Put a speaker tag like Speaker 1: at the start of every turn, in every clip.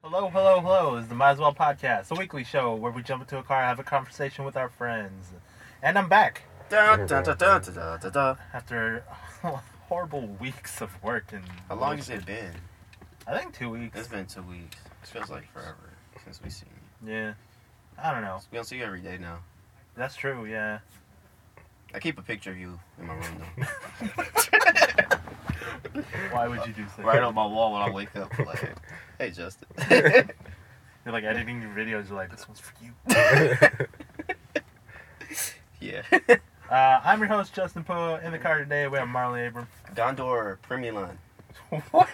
Speaker 1: Hello, hello, hello. It's the Might As Well Podcast, a weekly show where we jump into a car, have a conversation with our friends. And I'm back
Speaker 2: Da, da, da, da, da, da, da, da.
Speaker 1: after horrible weeks of work. And
Speaker 2: How long has it been?
Speaker 1: I think two weeks.
Speaker 2: It's been two weeks. It feels like forever since we seen you.
Speaker 1: Yeah. I don't know.
Speaker 2: We don't see you every day now.
Speaker 1: That's true, yeah.
Speaker 2: I keep a picture of you in my room
Speaker 1: Why would you do so?
Speaker 2: though. right on my wall when I wake up. Like, hey Justin.
Speaker 1: You're like editing your videos, you're like, this one's for you.
Speaker 2: yeah.
Speaker 1: Uh, I'm your host, Justin Poe. In the car today, we have Marley Abram.
Speaker 2: Gondor Premier Line.
Speaker 1: what?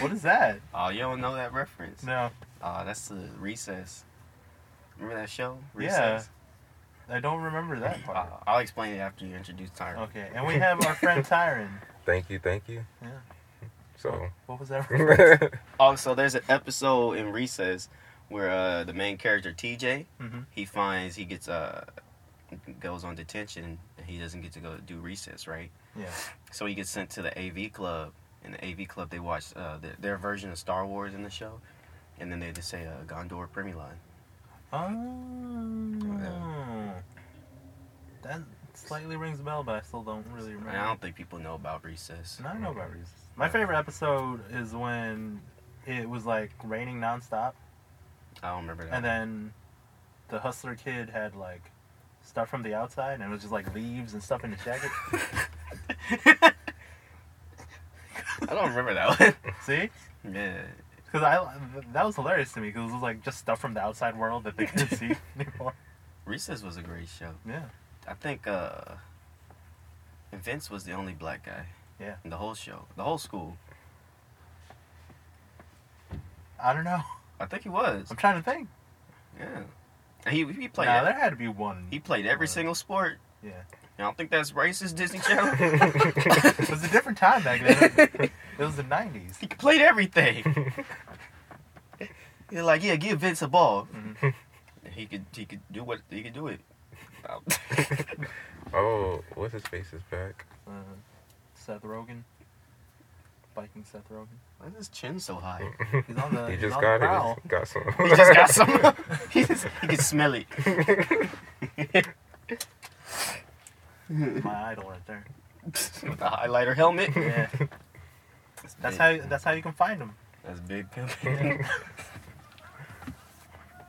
Speaker 1: What is that?
Speaker 2: Oh, you don't know that reference.
Speaker 1: No,
Speaker 2: Oh, that's the Recess. Remember that show?
Speaker 1: Yeah.
Speaker 2: Recess?
Speaker 1: I don't remember that part.
Speaker 2: Uh, I'll explain it after you introduce Tyron.
Speaker 1: Okay, and we have our friend Tyron.
Speaker 3: thank you, thank you.
Speaker 1: Yeah.
Speaker 3: So,
Speaker 1: What was that? reference?
Speaker 3: yeah,
Speaker 2: Also, there's an episode in Recess where uh, the main character TJ
Speaker 1: Mhm.
Speaker 2: he finds he gets uh goes on detention and he doesn't get to go do recess right.
Speaker 1: Yeah.
Speaker 2: So he gets sent to the AV club. In the AV club, they watch uh, their, their version of Star Wars in the show, and then they just say uh, Gondor Primulan.
Speaker 1: Oh. That slightly rings a bell, but I still don't really
Speaker 2: And
Speaker 1: remember.
Speaker 2: I don't think people know about recess.
Speaker 1: And I don't know about reasons. My favorite episode is when it was like raining nonstop,
Speaker 2: I don't remember that.
Speaker 1: and then the hustler kid had like stuff from the outside, and it was just like leaves and stuff in his jacket.
Speaker 2: I don't remember that
Speaker 1: See?
Speaker 2: one. yeah,
Speaker 1: Because I that was hilarious to me because it was like just stuff from the outside world that they couldn't see anymore.
Speaker 2: recess was a great show.
Speaker 1: Yeah.
Speaker 2: I think uh, Vince was the only black guy.
Speaker 1: Yeah.
Speaker 2: in the whole show, the whole school.
Speaker 1: I don't know.
Speaker 2: I think he was.
Speaker 1: I'm trying to think.
Speaker 2: Yeah, and he he
Speaker 1: Nah,
Speaker 2: played. e-,
Speaker 1: there had to be one.
Speaker 2: He played every
Speaker 1: one.
Speaker 2: single sport.
Speaker 1: Yeah.
Speaker 2: I don't think that's racist, Disney Channel.
Speaker 1: It was a different time back then. It was the 90s.
Speaker 2: he played everything. You're like, yeah, give Vince a ball.
Speaker 1: Mhm.
Speaker 2: And He could, he could do what he could do it.
Speaker 3: oh, what's his face is back.
Speaker 1: Uh, Seth Rogen. Viking Seth Rogen.
Speaker 2: Why is his chin so high?
Speaker 1: He's on the,
Speaker 3: he
Speaker 1: he's
Speaker 3: just
Speaker 1: on
Speaker 3: got
Speaker 1: the
Speaker 3: it.
Speaker 1: prowl.
Speaker 3: He got some.
Speaker 2: Uh, He just got some. he, just, he could smell it.
Speaker 1: My idol right there.
Speaker 2: With the highlighter helmet.
Speaker 1: Yeah. That's how that's how you can find him.
Speaker 2: That's big pimp.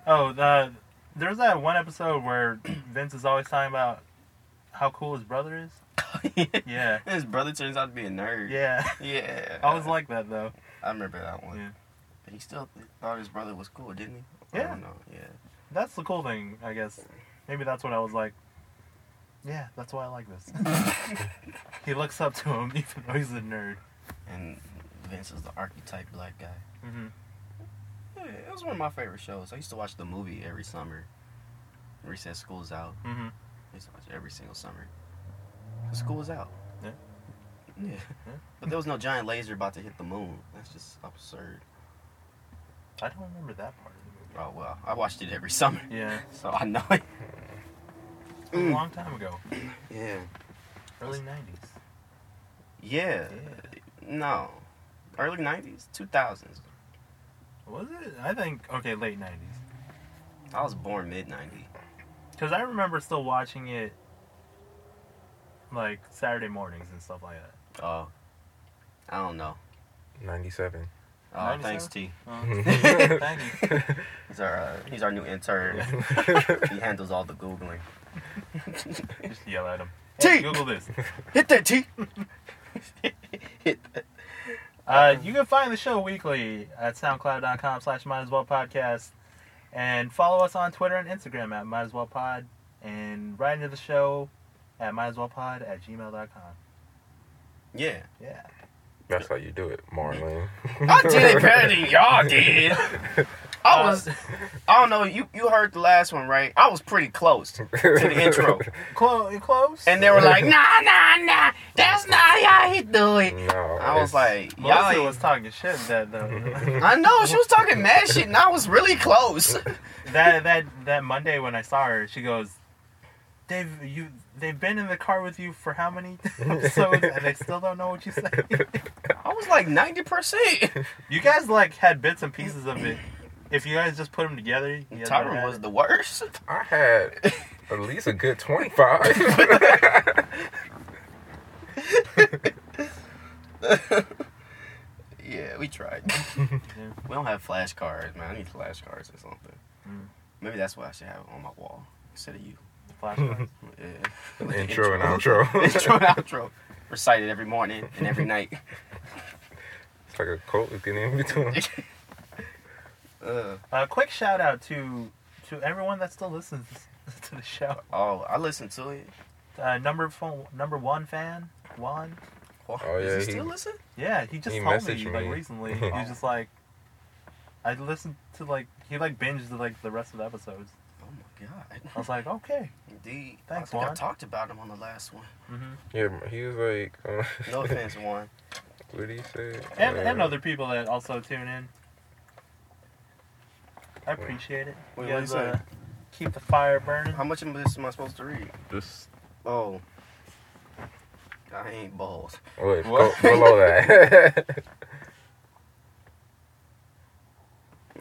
Speaker 1: Oh, the there's that one episode where Vince is always talking about how cool his brother is. Yeah.
Speaker 2: His brother turns out to be a nerd.
Speaker 1: Yeah.
Speaker 2: Yeah.
Speaker 1: I was like that though.
Speaker 2: I remember that one.
Speaker 1: Yeah.
Speaker 2: But he still thought his brother was cool, didn't he? I
Speaker 1: Yeah.
Speaker 2: don't know. Yeah.
Speaker 1: That's the cool thing, I guess. Maybe that's what I was like. Yeah, that's why I like this. he looks up to him even though he's a nerd.
Speaker 2: And Vince is the archetype black guy.
Speaker 1: Mm-hmm.
Speaker 2: Yeah, it was one of my favorite shows. I used to watch the movie every summer. Recess school's out.
Speaker 1: Mm-hmm.
Speaker 2: I used to watch it every single summer. The school was out.
Speaker 1: Yeah.
Speaker 2: Yeah.
Speaker 1: Yeah.
Speaker 2: But there was no giant laser about to hit the moon. That's just absurd.
Speaker 1: I don't remember that part of
Speaker 2: Oh well, I watched it every summer,
Speaker 1: the movie. Yeah,
Speaker 2: so I know it.
Speaker 1: it's been
Speaker 2: Mm.
Speaker 1: a long time ago,
Speaker 2: Yeah.
Speaker 1: early '90s.
Speaker 2: Yeah.
Speaker 1: Yeah,
Speaker 2: No. Early '90s, 2000s.
Speaker 1: was it? I think okay, late '90s.
Speaker 2: I was born mid '90.
Speaker 1: Because I remember still watching it, like Saturday mornings and stuff like that.
Speaker 2: Oh. I don't know.
Speaker 3: Ninety-seven.
Speaker 2: Oh, thanks, T.
Speaker 1: thank you.
Speaker 2: He's our uh, he's our new intern. he handles all the googling.
Speaker 1: Just yell at him.
Speaker 2: T!
Speaker 1: Hey, Google this.
Speaker 2: Hit that T. Hit that.
Speaker 1: Uh, you can find the show weekly at soundcloud.com slash might as well podcast and follow us on twitter and instagram at might as well pod and write into the show at might as well pod at gmail.com
Speaker 2: Yeah.
Speaker 1: yeah
Speaker 3: That's how you do it, Marlon.
Speaker 2: I did it better than y'all did. I was
Speaker 1: Uh,
Speaker 2: I don't know, you you heard the last one, right? I was pretty close to the intro.
Speaker 1: clo- close
Speaker 2: And they were like, nah nah nah, that's not how he do it.
Speaker 3: No,
Speaker 2: I was
Speaker 3: it's-
Speaker 2: like,
Speaker 1: Melissa
Speaker 2: y'all
Speaker 1: was
Speaker 2: was
Speaker 1: talking shit that though.
Speaker 2: I know, she was talking mad shit and I was really close.
Speaker 1: that that that Monday when I saw her, she goes, they've you they've been in the car with you for how many episodes and they still don't know what you say.
Speaker 2: I was like ninety percent.
Speaker 1: You guys like had bits and pieces of it. If you guys just put them together, you guys would've
Speaker 2: Tyron
Speaker 1: had
Speaker 2: was
Speaker 1: it.
Speaker 2: the worst.
Speaker 3: I had at least a good 25.
Speaker 2: yeah, we tried. We don't have flashcards, man. I need flashcards or something.
Speaker 1: Mm.
Speaker 2: Maybe that's what I should have on my wall instead of you.
Speaker 1: flashcards.
Speaker 2: Yeah.
Speaker 3: An intro and outro.
Speaker 2: intro and outro. Recite it every morning and every night.
Speaker 3: It's like a coat is getting in between.
Speaker 2: Uh,
Speaker 1: A quick shout out to to everyone that still listens to the show.
Speaker 2: oh, I listened to it.
Speaker 1: Uh, number phone, number one fan Juan.
Speaker 2: Oh,
Speaker 3: Oh,
Speaker 2: yeah,
Speaker 3: yeah,
Speaker 2: he
Speaker 3: he-
Speaker 2: still listen?
Speaker 1: Yeah, he just
Speaker 3: He
Speaker 1: told me,
Speaker 3: messaged
Speaker 1: like
Speaker 3: me.
Speaker 1: recently.
Speaker 3: Oh.
Speaker 1: He's just like, I listened to like he like binged the, like the rest of the episodes.
Speaker 2: Oh my
Speaker 1: I
Speaker 2: god.
Speaker 1: was like, okay.
Speaker 2: Indeed.
Speaker 1: Thanks,
Speaker 2: I think I
Speaker 1: Juan.
Speaker 2: talked about him on the last one.
Speaker 1: hmm
Speaker 3: Yeah, he was like, uh,
Speaker 2: No offense, Warren.
Speaker 3: what did he say?
Speaker 1: And
Speaker 3: Uh,
Speaker 1: and other people that also tune in. I appreciate it.
Speaker 2: Wait,
Speaker 1: you
Speaker 2: what'd
Speaker 1: guys
Speaker 2: you say?
Speaker 1: uh, keep the fire burning.
Speaker 2: How much of this am I supposed to read?
Speaker 3: Just
Speaker 2: Oh. I ain't balls.
Speaker 3: wait,
Speaker 2: What?
Speaker 3: Go Oh, below that.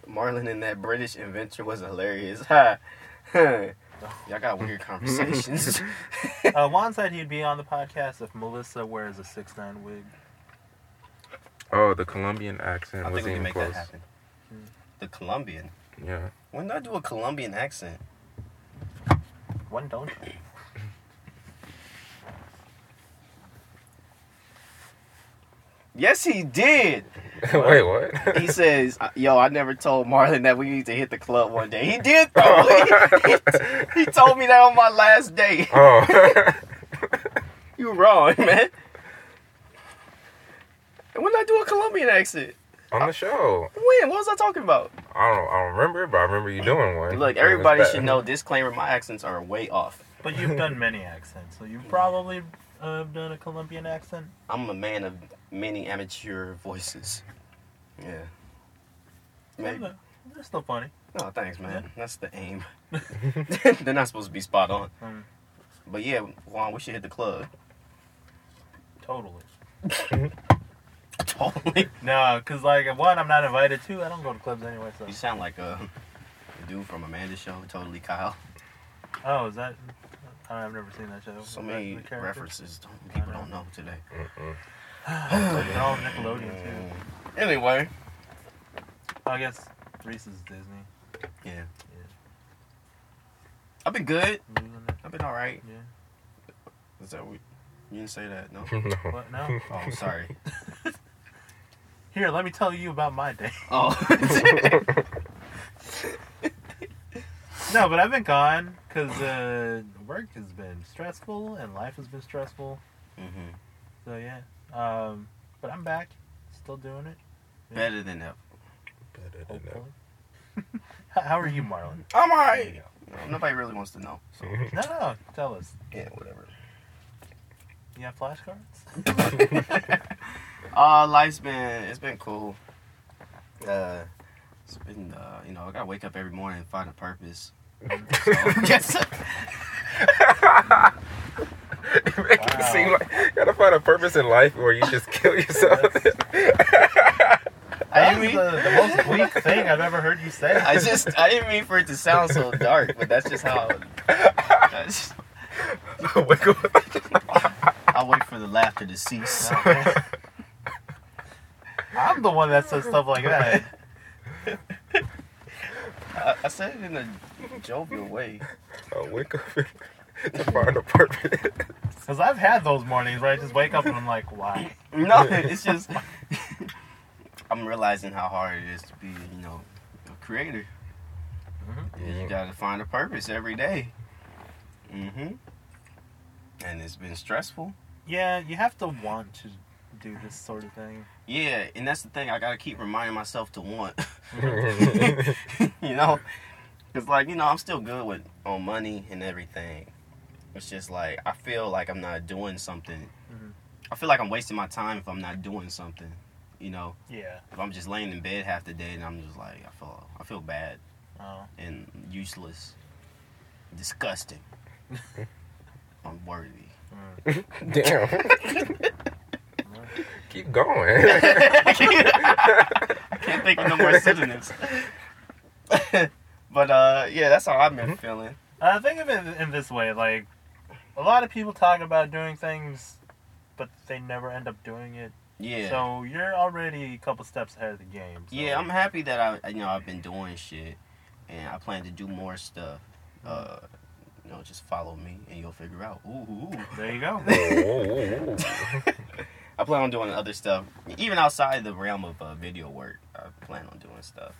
Speaker 2: Marlon and that British inventor was hilarious. Ha. Huh. Y'all got weird conversations.
Speaker 1: Uh, Juan said he'd be on the podcast if Melissa wears a six nine wig.
Speaker 3: oh, the Colombian accent
Speaker 2: I think
Speaker 3: was
Speaker 2: we
Speaker 3: even
Speaker 2: can make
Speaker 3: close.
Speaker 2: that happen.
Speaker 1: Hmm.
Speaker 2: The Colombian.
Speaker 3: Yeah.
Speaker 2: When did I do a Colombian accent?
Speaker 1: When don't you?
Speaker 2: Yes, he did.
Speaker 3: wait, what?
Speaker 2: He says, "Yo, I never told Marlon that we need to hit the club one day." He did though. he, he told me that on my last day.
Speaker 3: oh.
Speaker 2: You wrong, man. And When did I do a Colombian accent?
Speaker 3: On the show.
Speaker 2: When? What was I talking about?
Speaker 3: I don't know. I don't remember it, but I remember you doing one.
Speaker 2: Look,
Speaker 3: It was
Speaker 2: everybody
Speaker 3: bad.
Speaker 2: should know. Disclaimer: My accents are way off.
Speaker 1: But you've done many accents, so you've probably uh, done a Colombian accent.
Speaker 2: I'm a man of many amateur voices. Yeah. Maybe.
Speaker 1: Yeah, They're still funny.
Speaker 2: Oh, thanks, man.
Speaker 1: Yeah.
Speaker 2: That's the aim. They're not supposed to be spot on.
Speaker 3: Hmm.
Speaker 1: Mm.
Speaker 2: But yeah, Juan, we should hit the club.
Speaker 1: Totally.
Speaker 2: Totally.
Speaker 1: No, cause like one, I'm not invited. Two, I don't go to clubs anyway. So.
Speaker 2: You sound like a, a dude from Amanda's show, Totally Kyle.
Speaker 1: Oh, is that? I don't know, I've never seen that show.
Speaker 2: So
Speaker 1: Is
Speaker 2: many
Speaker 1: that the character?
Speaker 2: references don't, people don't know today.
Speaker 3: Mm-mm.
Speaker 1: They're all Nickelodeon too.
Speaker 2: Mm. Anyway.
Speaker 1: I guess Reese's Disney.
Speaker 2: Yeah.
Speaker 1: Yeah.
Speaker 2: I've been good.
Speaker 1: I'm losing it.
Speaker 2: I've been all right.
Speaker 1: Yeah.
Speaker 2: Is that what you didn't say that? No.
Speaker 3: No.
Speaker 1: What now?
Speaker 2: Oh, I'm sorry.
Speaker 1: Here, let me tell you about my day.
Speaker 2: Oh.
Speaker 1: No, but I've been gone because uh, work has been stressful and life has been stressful.
Speaker 2: Mhm.
Speaker 1: So yeah. Um, but I'm back, still doing it.
Speaker 2: Better than ever.
Speaker 3: Better than that.
Speaker 1: Hopefully. How are you, Marlon?
Speaker 2: I'm all right. Nobody really wants to know.
Speaker 1: No, no, tell us.
Speaker 2: Yeah, whatever.
Speaker 1: You have flashcards?
Speaker 2: uh, life's been it's been cool. Uh, it's been uh, you know I gotta wake up every morning and find a purpose. So, yes,
Speaker 3: You make it seem like you gotta find a purpose in life or you just kill yourself.
Speaker 2: I
Speaker 1: That
Speaker 2: didn't
Speaker 1: was
Speaker 2: mean
Speaker 1: the, the most weak thing I've ever heard you say.
Speaker 2: I just I didn't mean for it to sound so dark, but that's just how. that's just-
Speaker 3: Wake up.
Speaker 2: I wait for the laughter to cease.
Speaker 1: I'm the one that says stuff like that.
Speaker 2: I, I said it in a jovial way.
Speaker 3: I wake up to find a purpose.
Speaker 1: Because I've had those mornings where I just wake up and I'm like, why?
Speaker 2: No, it's just I'm realizing how hard it is to be, you know, a creator. You gotta find a purpose every day. Mm-hmm. And it's been stressful.
Speaker 1: Yeah, you have to want to do this sort of thing.
Speaker 2: Yeah, and that's the thing. I gotta keep reminding myself to want.
Speaker 3: Mhm.
Speaker 2: you know, because like you know, I'm still good with on money and everything. It's just like I feel like I'm not doing something.
Speaker 1: Mhm.
Speaker 2: I feel like I'm wasting my time if I'm not doing something. You know,
Speaker 1: Yeah.
Speaker 2: if I'm just laying in bed half the day and I'm just like I feel I feel bad
Speaker 1: Oh.
Speaker 2: and useless, disgusting. unworthy.
Speaker 3: Damn. Keep going.
Speaker 2: I can't think of no more synonyms. but uh, yeah, that's how I've been feeling.
Speaker 1: I Uh, think of it in this way: like a lot of people talk about doing things, but they never end up doing it.
Speaker 2: Yeah.
Speaker 1: So you're already a couple steps ahead of the game. So.
Speaker 2: Yeah, I'm happy that I you know I've been doing shit, and I plan to do more stuff. Uh, you know, just follow me and you'll figure out. Ooh, ooh, ooh.
Speaker 1: There you go.
Speaker 3: Ooh.
Speaker 2: I plan on doing other stuff, even outside the realm of uh, video work. I plan on doing stuff.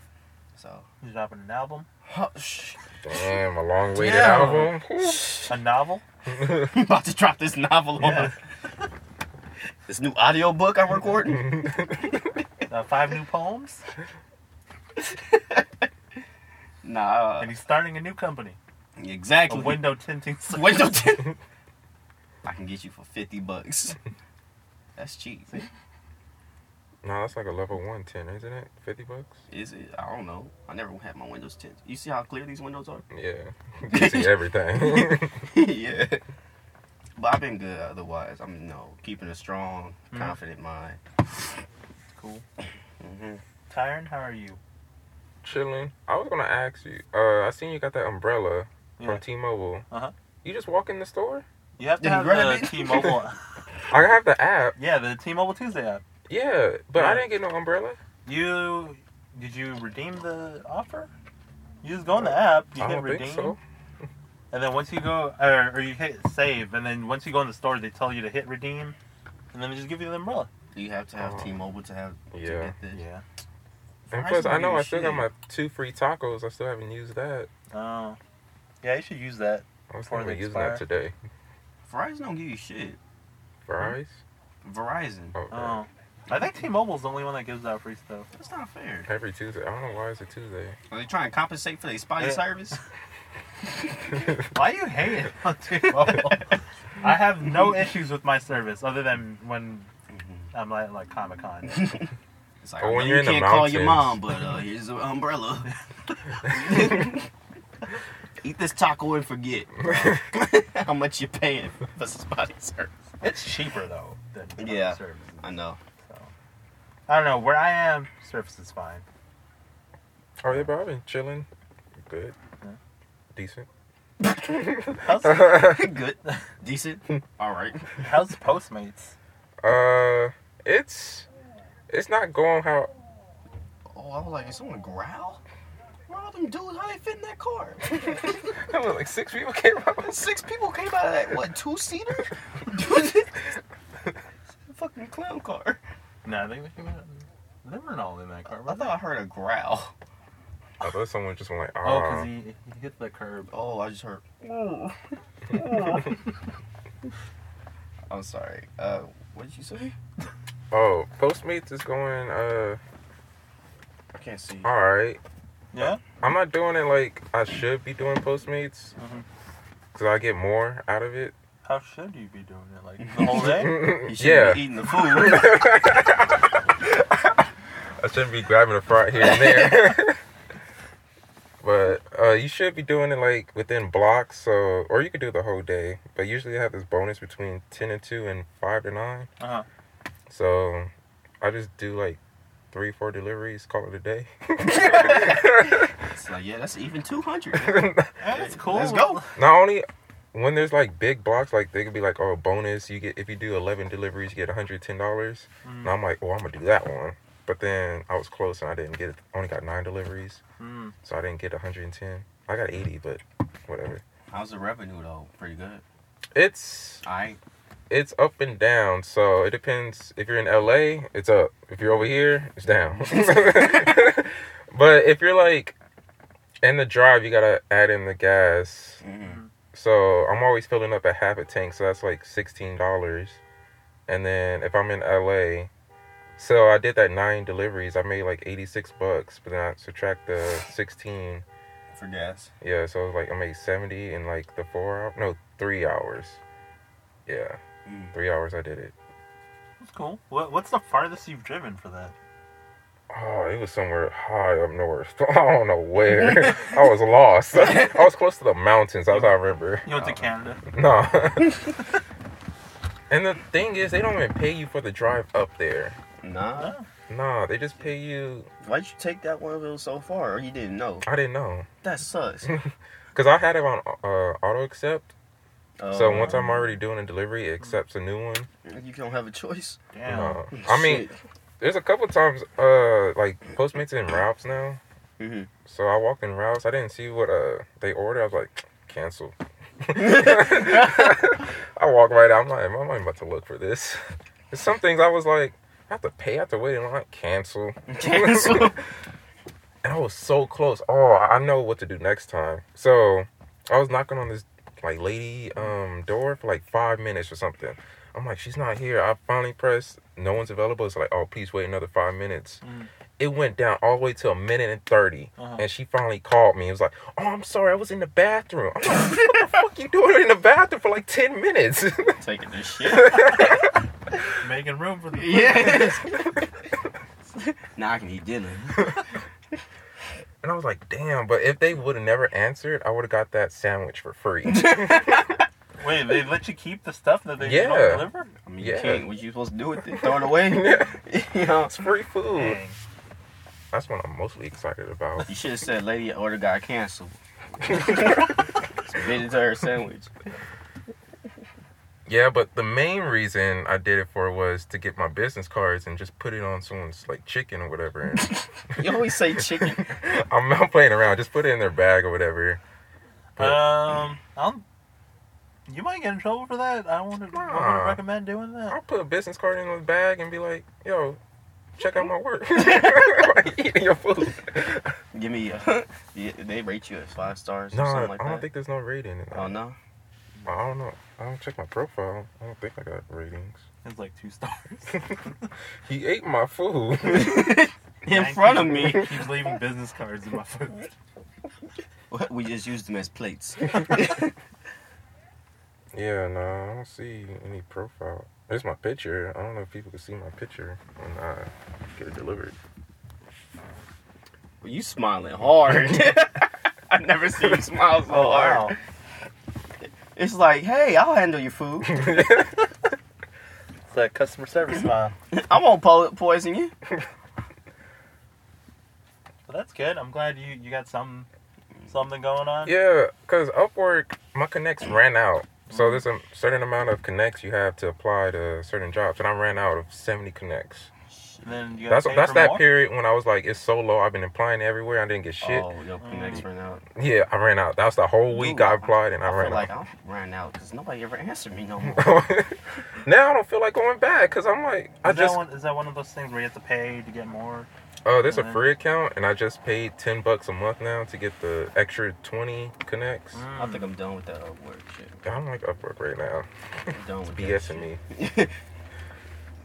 Speaker 2: So,
Speaker 1: He's dropping an album,
Speaker 3: Damn, a long waited
Speaker 2: Damn.
Speaker 3: album.
Speaker 1: a novel.
Speaker 2: I'm about to drop this novel
Speaker 1: Yeah.
Speaker 2: on this new audiobook I'm recording.
Speaker 1: Uh, five new poems,
Speaker 2: nah,
Speaker 1: and he's starting a new company, a
Speaker 2: exactly.
Speaker 1: window tinting. service.
Speaker 2: Window tint. I can get you for fifty bucks. That's cheap.
Speaker 3: no, that's like a level one ten, isn't it? Fifty bucks.
Speaker 2: Is it? I don't know. I never had my windows tinted. You see how clear these windows are?
Speaker 3: Yeah, you see everything.
Speaker 2: yeah. But I've been good otherwise. I'm you know keeping a strong,
Speaker 3: Mm-hmm.
Speaker 1: Mhm.
Speaker 2: confident mind.
Speaker 1: Cool.
Speaker 3: Mm-hmm.
Speaker 2: hmm
Speaker 1: Tyron, how are you?
Speaker 3: Chilling. I was gonna ask you. Uh, I seen you got that umbrella
Speaker 1: Yeah.
Speaker 3: from T-Mobile.
Speaker 1: Uh-huh.
Speaker 3: You just walk in the store?
Speaker 1: You have to
Speaker 2: Did he
Speaker 1: have
Speaker 2: grab
Speaker 1: the
Speaker 2: it?
Speaker 1: T-Mobile.
Speaker 3: I have the app.
Speaker 1: yeah, the T-Mobile Tuesday app.
Speaker 3: Yeah, but
Speaker 1: Yeah.
Speaker 3: I didn't get no umbrella.
Speaker 1: You did you redeem the offer? You just go in the app, you
Speaker 3: Uh, I
Speaker 1: hit
Speaker 3: don't
Speaker 1: redeem,
Speaker 3: think so.
Speaker 1: and then once you go, or, or you hit save, and then once you go in the store, they tell you to hit redeem, and then they just give you the umbrella.
Speaker 2: You have to have
Speaker 3: Oh.
Speaker 2: T-Mobile to have to
Speaker 3: Yeah.
Speaker 2: get this.
Speaker 1: Yeah.
Speaker 3: And
Speaker 2: Verizon
Speaker 3: plus, I
Speaker 2: don't
Speaker 3: know
Speaker 2: give a
Speaker 3: I still got
Speaker 2: shit.
Speaker 3: my two free tacos. I still haven't used that.
Speaker 1: Oh. Yeah, you should use that.
Speaker 3: I was
Speaker 1: Before
Speaker 3: thinking
Speaker 1: they
Speaker 3: of using that
Speaker 1: expire.
Speaker 3: today.
Speaker 2: Verizon don't give you shit.
Speaker 3: Fries?
Speaker 2: Verizon.
Speaker 3: Oh,
Speaker 1: Oh. I think T-Mobile's the only one that gives out free stuff.
Speaker 2: That's not fair.
Speaker 3: Every Tuesday. I don't know why it's a Tuesday.
Speaker 2: Are they trying to compensate for their spotty
Speaker 1: Yeah.
Speaker 2: service?
Speaker 1: Why you hate it on
Speaker 3: Oh.
Speaker 1: T-Mobile? I have no issues with my service other than when I'm at like Comic Con.
Speaker 2: Mm-hmm. It's like
Speaker 3: Or
Speaker 2: I
Speaker 3: when
Speaker 2: know
Speaker 3: you're
Speaker 2: you
Speaker 3: in the
Speaker 2: can't call your mom,
Speaker 3: mountains.
Speaker 2: but uh, here's an umbrella. Eat this taco and forget how much you're paying for spotty service.
Speaker 1: It's cheaper though than other
Speaker 2: Yeah.
Speaker 1: services.
Speaker 2: I know.
Speaker 1: I don't know where I am. Service is fine.
Speaker 3: Oh, yeah, but I've been chilling. Good.
Speaker 1: Yeah.
Speaker 3: Decent.
Speaker 1: How's,
Speaker 2: Good. Decent. All right.
Speaker 1: how's Postmates?
Speaker 3: Uh, it's it's not going how
Speaker 2: Oh, I was like, is someone growl? Where all them dudes? How they fit in that car?
Speaker 3: I was like six people came out.
Speaker 2: Six people came out of that what two seater? Fucking clown car.
Speaker 1: No, they they weren't all in that car.
Speaker 2: I
Speaker 1: Were
Speaker 2: thought I heard a growl.
Speaker 3: I thought someone just went like,
Speaker 1: they? Oh, because
Speaker 3: oh,
Speaker 1: he, he hit the curb.
Speaker 2: Oh, I just heard. I'm sorry. Uh, what did you say?
Speaker 3: oh, Postmates is going. Uh,
Speaker 2: I can't see.
Speaker 3: all right.
Speaker 1: Yeah.
Speaker 3: I'm not doing it like I should be doing Postmates
Speaker 1: Mhm.
Speaker 3: because I get more out of it.
Speaker 1: How should you be doing it? Like the whole day?
Speaker 2: You should
Speaker 3: yeah,
Speaker 2: be eating the food.
Speaker 3: I shouldn't be grabbing a fry here and there. but uh, you should be doing it like within blocks, so or you could do the whole day. But usually I have this bonus between ten and two and five to nine.
Speaker 1: Uh-huh.
Speaker 3: So I just do like three, four deliveries, call it a day.
Speaker 2: it's like, yeah, that's even 200.
Speaker 3: Not
Speaker 1: Yeah, that's cool.
Speaker 2: Let's go.
Speaker 3: only when there's like big blocks, like they could be like, oh, bonus, you get if you do eleven deliveries, you get hundred ten dollars. And
Speaker 1: Mm,
Speaker 3: I'm like, oh, I'm gonna do that one. But then I was close and I didn't get it. Only got nine deliveries,
Speaker 1: mm.
Speaker 3: so I didn't get 110. I got 80, but whatever.
Speaker 2: How's the revenue though? Pretty good.
Speaker 3: It's
Speaker 2: All right.
Speaker 3: it's up and down, so it depends. If you're in LA, it's up. If you're over here, it's down. but if you're like in the drive, you gotta add in the gas.
Speaker 2: Mm.
Speaker 3: So I'm always filling up a half a tank, so that's like sixteen dollars. And then if I'm in LA, so I did that nine deliveries, I made like eighty six bucks, but then I subtract the sixteen.
Speaker 2: For gas.
Speaker 3: Yeah, so it was like I made seventy in like the four hour no, three hours. Yeah.
Speaker 2: Mm.
Speaker 3: Three hours I did it.
Speaker 1: That's cool. What, what's the farthest you've driven for that?
Speaker 3: Oh, it was somewhere high up north. I don't know where. I was lost. I was close to the mountains. That's how I remember.
Speaker 1: You went
Speaker 2: Uh,
Speaker 1: to Canada.
Speaker 3: No. and the thing is, they don't even pay you for the drive up there.
Speaker 2: Nah.
Speaker 3: Nah, they just pay you.
Speaker 2: Why'd you take that one wheel so far? Or you didn't know?
Speaker 3: I didn't know.
Speaker 2: That sucks. Uh,
Speaker 3: Because I had it on uh, auto accept. so
Speaker 2: Um,
Speaker 3: once I'm already doing a delivery, it accepts a new one.
Speaker 2: You don't have a choice.
Speaker 1: Damn.
Speaker 2: uh,
Speaker 3: No. I mean,
Speaker 2: Shit.
Speaker 3: there's a couple times, uh, like Postmates and Ralph's now.
Speaker 2: Mhm.
Speaker 3: So I walked in Ralph's. I didn't see what uh they ordered. I was like, cancel.
Speaker 2: Mm-hmm.
Speaker 3: I walked right out. I'm like, I'm not about to look for this. There's some things I was like, I have to pay. I have to wait. And I'm like, cancel.
Speaker 2: Cancel.
Speaker 3: And I was so close. Oh, I know what to do next time. So I was knocking on this like lady um door for like five minutes or something. I'm like, she's not here. I finally pressed. No one's available. It's like, oh, please wait another five minutes.
Speaker 1: Mm.
Speaker 3: It went down all the way to a minute and 30
Speaker 1: Uh-huh.
Speaker 3: and she finally called me. It was like, oh, I'm sorry, I was in the bathroom. I'm like, what the fuck you doing in the bathroom for like ten minutes?
Speaker 2: Taking this shit.
Speaker 1: Making room for the
Speaker 2: yeah. now I can eat dinner.
Speaker 3: and I was like, damn. But if they would have never answered, I would have got that sandwich for free.
Speaker 1: Wait, they let you keep the stuff that they
Speaker 3: Yeah.
Speaker 1: don't deliver?
Speaker 2: I mean, you
Speaker 3: Yeah.
Speaker 2: can't. What you supposed to do with it? Throw it away? you know.
Speaker 3: it's free food.
Speaker 1: Dang.
Speaker 3: That's what I'm mostly excited about.
Speaker 2: You should have said, "Lady, order got canceled." Submitted to her sandwich.
Speaker 3: Yeah, but the main reason I did it for was to get my business cards and just put it on someone's like chicken or whatever. And
Speaker 2: You always say chicken.
Speaker 3: I'm not playing around. Just put it in their bag or whatever.
Speaker 1: Um, I'm, you might get in trouble for that. I wouldn't, I wouldn't
Speaker 3: Nah.
Speaker 1: recommend doing that.
Speaker 3: I'll put a business card in the bag and be like, "Yo, check out my work. like, eating your food."
Speaker 2: Give me. A, yeah, they rate you at five stars or
Speaker 3: No,
Speaker 2: something like
Speaker 3: I don't
Speaker 2: that.
Speaker 3: think there's no rating. In it.
Speaker 2: oh no.
Speaker 3: I don't know. I don't check my profile. I don't think I got ratings.
Speaker 1: It's like two stars.
Speaker 3: He ate my food.
Speaker 2: In
Speaker 1: Nine
Speaker 2: front of me.
Speaker 1: people Keeps leaving business cards in my food.
Speaker 2: We just used them as plates.
Speaker 3: yeah, no, I don't see any profile. There's my picture. I don't know if people can see my picture when I get it delivered.
Speaker 2: you smiling hard. I never seen you smile so
Speaker 3: Oh,
Speaker 2: hard. It's like, hey, I'll handle your food.
Speaker 1: It's that customer service smile.
Speaker 2: I won't po- poison you.
Speaker 1: But that's good. I'm glad you, you got some something going on.
Speaker 3: Yeah, because Upwork, my connects ran out. So there's a certain amount of connects you have to apply to certain jobs, and I ran out of 70 connects.
Speaker 1: And then you
Speaker 3: That's
Speaker 1: gotta pay
Speaker 3: that's
Speaker 1: for
Speaker 3: that
Speaker 1: more?
Speaker 3: period when I was like, it's so low. I've been applying everywhere. I didn't get shit. Mm.
Speaker 2: Oh, your connects ran out.
Speaker 3: Yeah, I ran out. That was the whole week I
Speaker 2: Dude,
Speaker 3: applied, and I,
Speaker 2: I
Speaker 3: ran
Speaker 2: feel like
Speaker 3: out.
Speaker 2: I ran out because nobody ever answered me no more.
Speaker 3: now I don't feel like going back because I'm like, I
Speaker 1: Is that,
Speaker 3: just
Speaker 1: one, is that one of those things where you have to pay to get more?
Speaker 3: oh, there's
Speaker 2: Mm-hmm.
Speaker 3: a
Speaker 1: Mhm.
Speaker 3: free account, and I just paid 10 bucks a month now to get the extra 20 connects.
Speaker 2: I think I'm done with that uh, work shit.
Speaker 3: I'm like Upwork right now.
Speaker 2: I'm done with that
Speaker 3: BSing me.
Speaker 2: shit.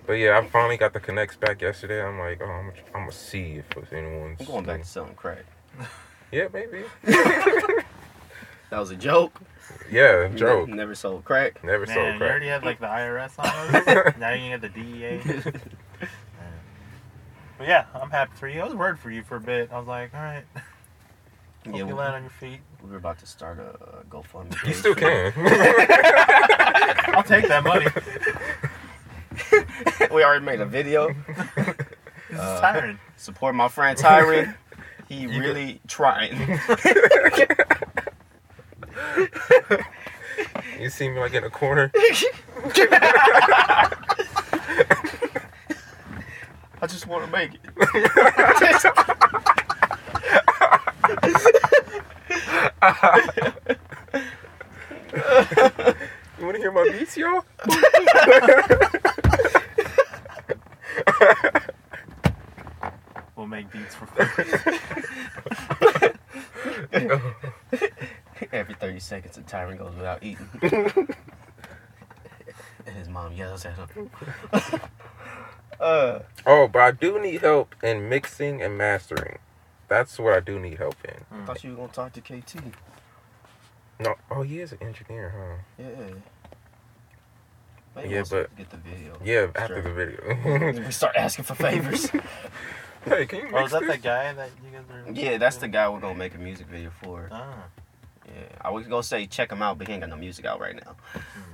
Speaker 3: But yeah, I finally got the connects back yesterday. I'm like, oh, I'm, I'm gonna see if anyone's.
Speaker 2: I'm going back to selling crack.
Speaker 3: Yeah, maybe.
Speaker 2: That was a joke.
Speaker 3: Yeah,
Speaker 2: Ne-
Speaker 3: joke.
Speaker 2: Never sold crack.
Speaker 3: Never
Speaker 1: Man,
Speaker 3: sold
Speaker 1: you
Speaker 3: crack.
Speaker 1: already had like the IRS on us. now you can get the DEA. But yeah, I'm happy for you. I was worried for you for a bit. I was like, all right, hope
Speaker 2: yeah, we,
Speaker 1: you land on your feet.
Speaker 2: we were about to start a uh, GoFundMe.
Speaker 3: You
Speaker 2: page.
Speaker 3: still can.
Speaker 1: I'll take that money.
Speaker 2: we already made a video.
Speaker 1: This
Speaker 2: Uh,
Speaker 1: is tiring.
Speaker 2: Support my friend Tyron. He
Speaker 3: You
Speaker 2: really trying.
Speaker 3: you see me like in a corner.
Speaker 2: I just want to make it.
Speaker 3: You wanna hear my beats, y'all?
Speaker 1: We'll make beats for free.
Speaker 2: Every 30 seconds, a Tyron goes without eating. and his mom yells at him. uh,
Speaker 3: Oh, but I do need help in mixing and mastering. That's what I do need help in.
Speaker 1: Hmm.
Speaker 2: I thought you were going to talk to KT.
Speaker 3: No, oh, he is an engineer, huh?
Speaker 2: Yeah. Maybe
Speaker 3: Yeah,
Speaker 2: we'll
Speaker 3: but-
Speaker 2: get the video.
Speaker 3: Yeah, after
Speaker 2: Sure.
Speaker 3: the video.
Speaker 2: We start asking for favors.
Speaker 3: Hey, can you mix
Speaker 1: Oh, is that
Speaker 3: this?
Speaker 1: the guy that you guys were?
Speaker 2: Yeah, that's the guy we're gonna make a music video for.
Speaker 1: Ah.
Speaker 2: Yeah, I was gonna say check him out, but he ain't got no music out right now.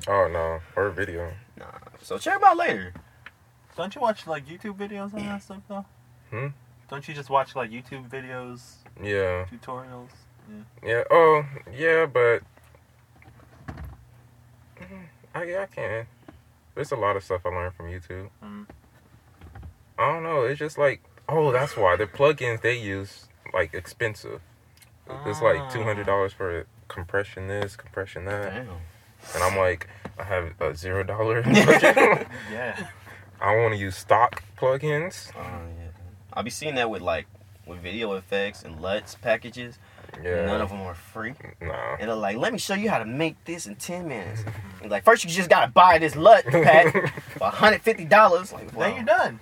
Speaker 3: Oh no, or a video.
Speaker 2: Nah, so check him out later.
Speaker 1: Don't you watch like YouTube videos on that stuff though?
Speaker 3: Hmm?
Speaker 1: Don't you just watch like YouTube videos,
Speaker 3: Yeah,
Speaker 1: tutorials?
Speaker 3: yeah. Oh, yeah, but Mm, I yeah I can. There's a lot of stuff I learned from YouTube.
Speaker 1: Mm.
Speaker 3: I don't know. It's just like oh, that's why the plugins they use like expensive. It's
Speaker 1: Ah.
Speaker 3: like two hundred dollars for compression this, compression that,
Speaker 2: Damn.
Speaker 3: and I'm like, I have a zero dollar. budget.
Speaker 1: Yeah.
Speaker 3: I want to use stock plugins.
Speaker 2: Oh yeah. I be seeing that with like with video effects and LUTs packages.
Speaker 3: Yeah.
Speaker 2: None of them are free.
Speaker 3: Nah.
Speaker 2: And they're like, let me show you how to make this in ten minutes. And like, first you just gotta buy this LUT pack for hundred fifty dollars. Like,
Speaker 1: Then
Speaker 2: wow.
Speaker 1: you're done.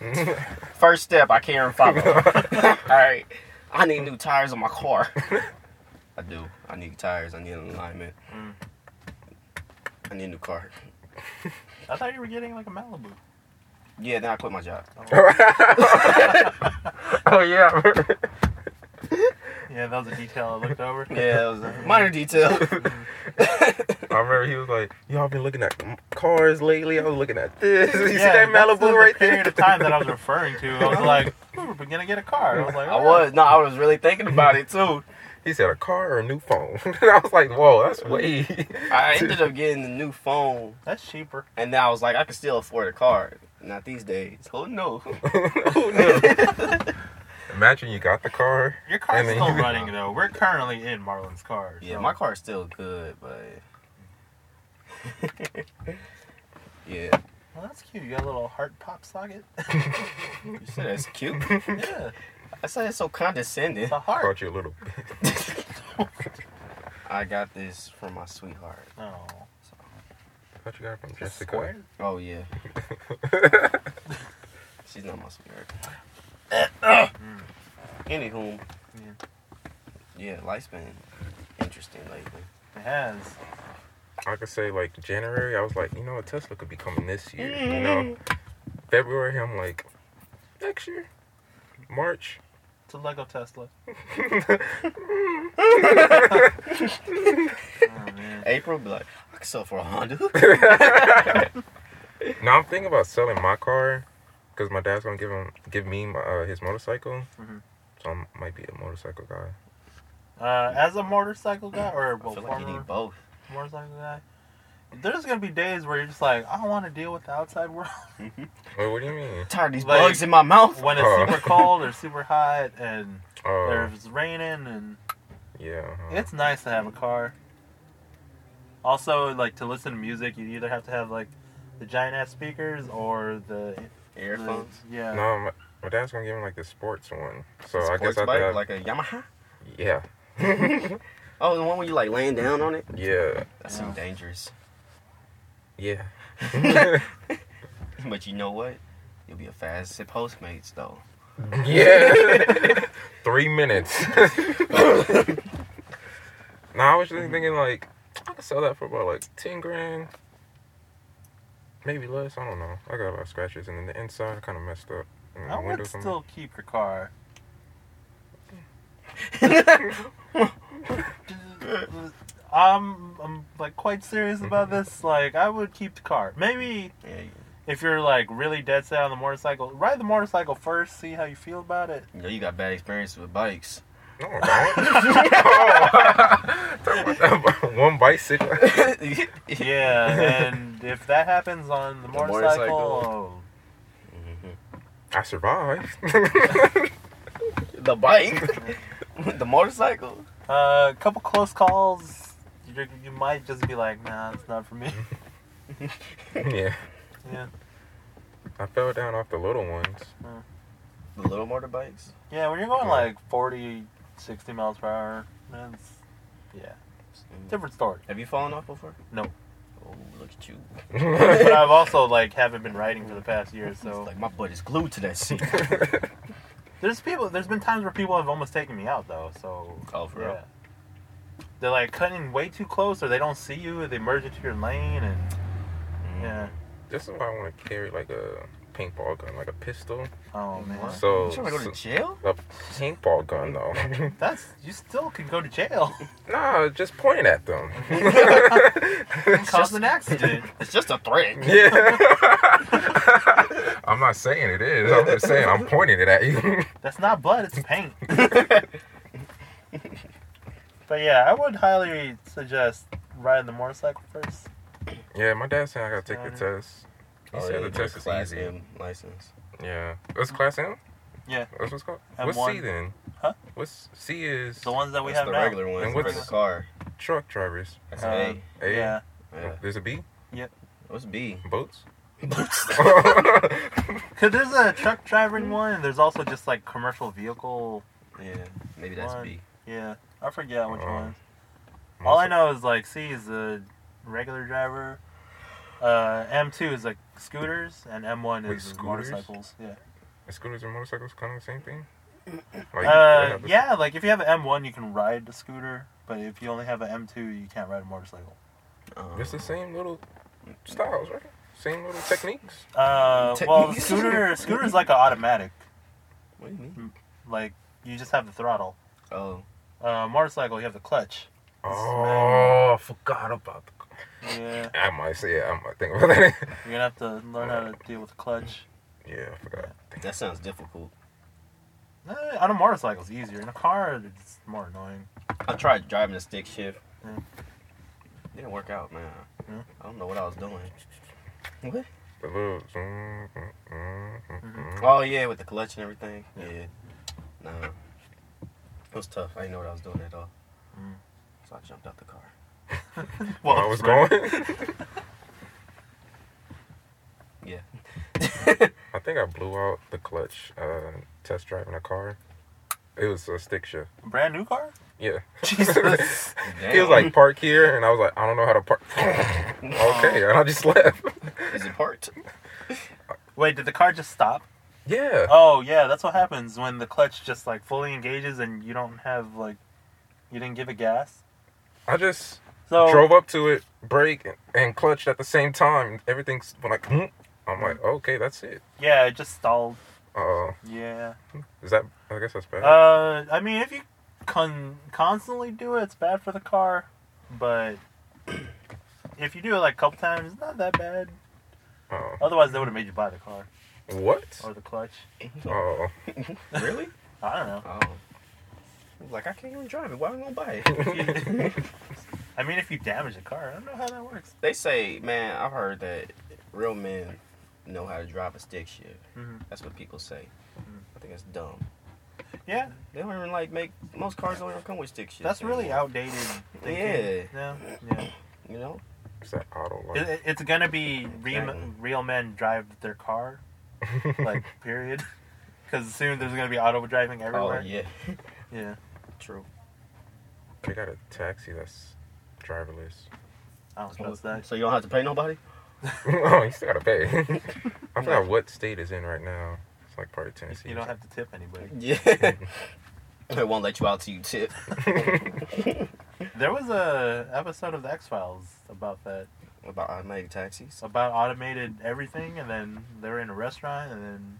Speaker 2: First step, I can't even follow. All right, I need new tires on my car. I do. I need tires. I need an alignment.
Speaker 1: Mm.
Speaker 2: I need a new car.
Speaker 1: I thought you were getting like a Malibu.
Speaker 2: Yeah, then I quit my job.
Speaker 3: oh yeah.
Speaker 1: Yeah, that was a detail I looked over.
Speaker 2: Yeah, it was a minor detail.
Speaker 3: I remember he was like, "Y'all been looking at m- cars lately. I was looking at this. You
Speaker 1: Yeah,
Speaker 3: see
Speaker 1: that's
Speaker 3: that Malibu
Speaker 1: the
Speaker 3: right there?"
Speaker 1: period of time that I was referring to. I was like, we were gonna get a car. I was like, "Oh,
Speaker 2: I was no, I was really thinking about it too.
Speaker 3: He said, "A car or a new phone?" and I was like, "Whoa, that's way."
Speaker 2: I ended up getting a new phone,
Speaker 1: That's cheaper.
Speaker 2: and then I was like, I can still afford a car. Not these days. Oh no.
Speaker 3: Who knew? Imagine you got the car.
Speaker 1: Your car's
Speaker 3: I mean-
Speaker 1: still running though. We're currently in Marlin's car.
Speaker 2: Yeah,
Speaker 1: so-
Speaker 2: my car's still good, but yeah,
Speaker 1: Well, that's cute. You got a little heart pop socket.
Speaker 2: you said that's cute.
Speaker 1: yeah,
Speaker 2: I said it's so condescending.
Speaker 1: it's a heart.
Speaker 3: Caught you a little.
Speaker 2: I got this from my sweetheart.
Speaker 1: Oh,
Speaker 3: What you got from
Speaker 1: it's
Speaker 3: Jessica?
Speaker 1: square.
Speaker 2: Oh yeah, she's not my sweetheart. Anywho,
Speaker 1: Yeah.
Speaker 2: yeah, life's been interesting lately.
Speaker 1: It has.
Speaker 3: I could say like January. I was like, you know, a Tesla could be coming this year. You know, February. I'm like, next year. March.
Speaker 1: It's a Lego Tesla. Oh man.
Speaker 2: April be like, I can sell for a Honda.
Speaker 3: Now I'm thinking about selling my car because my dad's gonna give him give me my, uh, his motorcycle,
Speaker 1: Mhm.
Speaker 3: so I might be a motorcycle guy.
Speaker 1: Uh, as a motorcycle guy or
Speaker 2: I
Speaker 1: well,
Speaker 2: feel like you
Speaker 1: former
Speaker 2: need both.
Speaker 1: motorcycle guy, there's gonna be days where you're just like, I don't want to deal with the outside world.
Speaker 3: Wait, what do you mean?
Speaker 2: tired of these
Speaker 1: Like-
Speaker 2: bugs in my mouth.
Speaker 1: when it's
Speaker 3: Oh.
Speaker 1: super cold or super hot and
Speaker 3: Oh,
Speaker 1: there's raining and
Speaker 3: yeah. uh-huh.
Speaker 1: it's nice to have a car. Also, like to listen to music, you either have to have like the giant ass speakers or the
Speaker 2: Earphones.
Speaker 1: the- yeah.
Speaker 3: No, my, my dad's gonna give him like the sports one, so I guess
Speaker 2: Sports
Speaker 3: I
Speaker 2: bike,
Speaker 3: have.
Speaker 2: like a Yamaha.
Speaker 3: yeah,
Speaker 2: Oh, the one where you like laying down on it.
Speaker 3: yeah,
Speaker 2: That
Speaker 1: Yeah.
Speaker 2: seems dangerous.
Speaker 3: yeah.
Speaker 2: But you know what? You'll be a fast at Postmates though.
Speaker 3: Yeah. Three minutes. now I was just thinking like I could sell that for about like ten grand. Maybe less, I don't know. I got a lot of scratches and then the inside kinda messed up. And the
Speaker 1: I would
Speaker 3: windows on-
Speaker 1: still keep your car. I'm, I'm like quite serious
Speaker 2: Mm-hmm.
Speaker 1: about this. Like I would keep the car. Maybe
Speaker 2: Yeah, you,
Speaker 1: if you're like really dead set on the motorcycle, ride the motorcycle first, see how you feel about it.
Speaker 2: you know you got bad experience with bikes.
Speaker 3: No, I don't. Talking about that one bicycle.
Speaker 2: Mhm.
Speaker 1: Yeah, and if that happens on the, motorcycle,
Speaker 2: motorcycle.
Speaker 1: oh,
Speaker 3: I survived.
Speaker 2: the bike, the motorcycle.
Speaker 1: Uh, a couple close calls, you you might just be like, nah, it's not for me.
Speaker 3: yeah.
Speaker 1: Yeah.
Speaker 3: I fell down off the little ones.
Speaker 2: The little motorbikes.
Speaker 1: Yeah, when you're going
Speaker 3: Yeah.
Speaker 1: like 40, 60 miles per hour, that's yeah, different story.
Speaker 2: Have you fallen off before?
Speaker 1: No.
Speaker 2: Oh, look at you.
Speaker 1: but I've also like haven't been riding for the past year,
Speaker 2: It's
Speaker 1: so
Speaker 2: like my butt is glued to that seat.
Speaker 1: there's people. There's been times where people have almost taken me out though, so
Speaker 2: oh, for
Speaker 1: yeah. They're like cutting way too close, or they don't see you. They merge into your lane, and
Speaker 2: real.
Speaker 1: yeah,
Speaker 3: this is why I want to carry like a paintball gun, like a pistol.
Speaker 1: Oh man,
Speaker 3: So-
Speaker 2: you trying to go to
Speaker 3: so-
Speaker 2: jail?
Speaker 3: A paintball gun, though.
Speaker 1: that's you still could go to jail.
Speaker 3: nah, just point at them.
Speaker 1: Cause an accident.
Speaker 2: It's just a threat.
Speaker 3: yeah. I'm not saying it is. I'm just saying I'm pointing it at you.
Speaker 1: That's not blood, it's paint.
Speaker 2: Oh,
Speaker 1: But yeah, I would highly suggest riding the motorcycle first.
Speaker 3: yeah, my dad said I gotta take the
Speaker 1: Uh-huh.
Speaker 3: test. He
Speaker 2: Oh,
Speaker 3: said
Speaker 2: yeah,
Speaker 3: the
Speaker 2: you
Speaker 3: test
Speaker 2: get
Speaker 3: is
Speaker 2: Class
Speaker 3: easy.
Speaker 2: M license.
Speaker 3: Yeah. What's class M?
Speaker 1: Yeah.
Speaker 3: That's what's called.
Speaker 1: M1.
Speaker 3: What's C then?
Speaker 1: Huh?
Speaker 3: What's C is
Speaker 1: The ones that we
Speaker 2: That's
Speaker 1: have
Speaker 2: the
Speaker 1: now.
Speaker 2: regular one.
Speaker 3: And
Speaker 2: And what's the
Speaker 3: what's-
Speaker 2: car?
Speaker 3: truck drivers.
Speaker 2: That's
Speaker 1: Um,
Speaker 2: A.
Speaker 3: A.
Speaker 1: Yeah.
Speaker 2: Yeah.
Speaker 3: There's a B.
Speaker 2: What's B?
Speaker 3: Boats.
Speaker 1: Cause there's a truck driving one, and there's also just like commercial vehicle.
Speaker 2: yeah, maybe that's
Speaker 1: One.
Speaker 2: B.
Speaker 1: Yeah, I forget which
Speaker 3: Oh.
Speaker 1: one. All I know is like C is the regular driver. Uh, M two is like scooters, and M one
Speaker 3: Wait,
Speaker 1: is the
Speaker 3: scooters?
Speaker 1: motorcycles. Yeah.
Speaker 3: Is Scooters and motorcycles kind of the same thing.
Speaker 1: Uh,
Speaker 3: they have the-
Speaker 1: yeah, like if you have an M one, you can ride a scooter, but if you only have an M two, you can't ride a motorcycle.
Speaker 2: Um,
Speaker 3: It's the same little styles, right? Same little techniques.
Speaker 1: Uh, well, the
Speaker 2: Techniques.
Speaker 1: scooter scooter is like an automatic.
Speaker 2: What do you mean?
Speaker 1: Like you just have the throttle.
Speaker 2: Oh,
Speaker 1: Uh, motorcycle, you have the clutch.
Speaker 3: Oh, I forgot about the.
Speaker 1: Yeah,
Speaker 3: I might say it. I might think about it.
Speaker 1: you're gonna have to learn how to deal with the clutch.
Speaker 3: yeah, I forgot.
Speaker 2: that sounds difficult.
Speaker 1: Eh, on a motorcycle, it's easier. In a car, it's more annoying.
Speaker 2: I tried driving a stick shift.
Speaker 1: Yeah.
Speaker 3: Mm.
Speaker 2: Didn't work out, man.
Speaker 1: Yeah.
Speaker 2: I don't know what I was doing. What?
Speaker 3: The little. zoom, mm, mm, mm,
Speaker 1: Mm-hmm.
Speaker 3: mm.
Speaker 2: Oh yeah, with the clutch and everything.
Speaker 1: Yeah.
Speaker 2: Yeah. Nah. It was tough. I didn't know what I was doing at all.
Speaker 1: Mm.
Speaker 2: So I jumped out the car.
Speaker 1: Well,
Speaker 3: I was
Speaker 1: right.
Speaker 3: going.
Speaker 2: Yeah.
Speaker 3: I think I blew out the clutch uh, test driving a car. It was a stick shift.
Speaker 1: Brand new car?
Speaker 3: Yeah.
Speaker 1: Jesus.
Speaker 3: he was like, park here. And I was like, I don't know how to park. okay. And I just left.
Speaker 2: Is it parked?
Speaker 1: Wait, did the car just stop?
Speaker 3: yeah.
Speaker 1: Oh yeah, that's what happens when the clutch just like fully engages and you don't have like you didn't give it gas.
Speaker 3: I just
Speaker 1: So
Speaker 3: drove up to it, brake, and, and clutched at the same time. Everything's like, hmm. I'm like, okay, that's it.
Speaker 1: yeah, it just stalled.
Speaker 3: Uh,
Speaker 1: Yeah.
Speaker 3: is that, I guess that's bad.
Speaker 1: Uh, I mean, if you con- constantly do it, it's bad for the car. But if you do it like a couple times, it's not that bad.
Speaker 3: Oh.
Speaker 1: Otherwise, they would have made you buy the car
Speaker 3: what?
Speaker 1: or the clutch.
Speaker 3: Oh.
Speaker 2: really?
Speaker 1: I don't know.
Speaker 2: Oh. He was like, I can't even drive it. Why am I gonna buy
Speaker 3: Uh,
Speaker 1: Yeah.
Speaker 2: it?
Speaker 1: I mean, if you damage the car, I don't know how that works.
Speaker 2: they say, man, I've heard that real men know how to drive a stick shift.
Speaker 1: Mhm.
Speaker 2: That's what people say.
Speaker 1: Mhm.
Speaker 2: I think that's dumb.
Speaker 1: Yeah,
Speaker 2: They don't even like make most cars don't even come with stick shift.
Speaker 1: that's really outdated. thinking. Yeah. Yeah.
Speaker 2: You know?
Speaker 3: Is that auto
Speaker 1: It,
Speaker 3: light?
Speaker 1: it- it's gonna be
Speaker 2: Exactly.
Speaker 1: re- real men drive their car, like period. Because soon there's gonna be auto driving everywhere.
Speaker 2: Oh yeah.
Speaker 1: yeah.
Speaker 2: True.
Speaker 3: they got a taxi that's driverless.
Speaker 1: I don't trust that.
Speaker 2: So you don't have to pay nobody?
Speaker 3: oh, you still gotta pay. I forgot what state is in right now. It's like part of Tennessee.
Speaker 1: You don't have to tip anybody.
Speaker 2: Yeah. it won't let you out till you tip.
Speaker 1: There was a episode of the X Files about that,
Speaker 2: About automatic taxis.
Speaker 1: about automated everything, and then they were in a restaurant, and then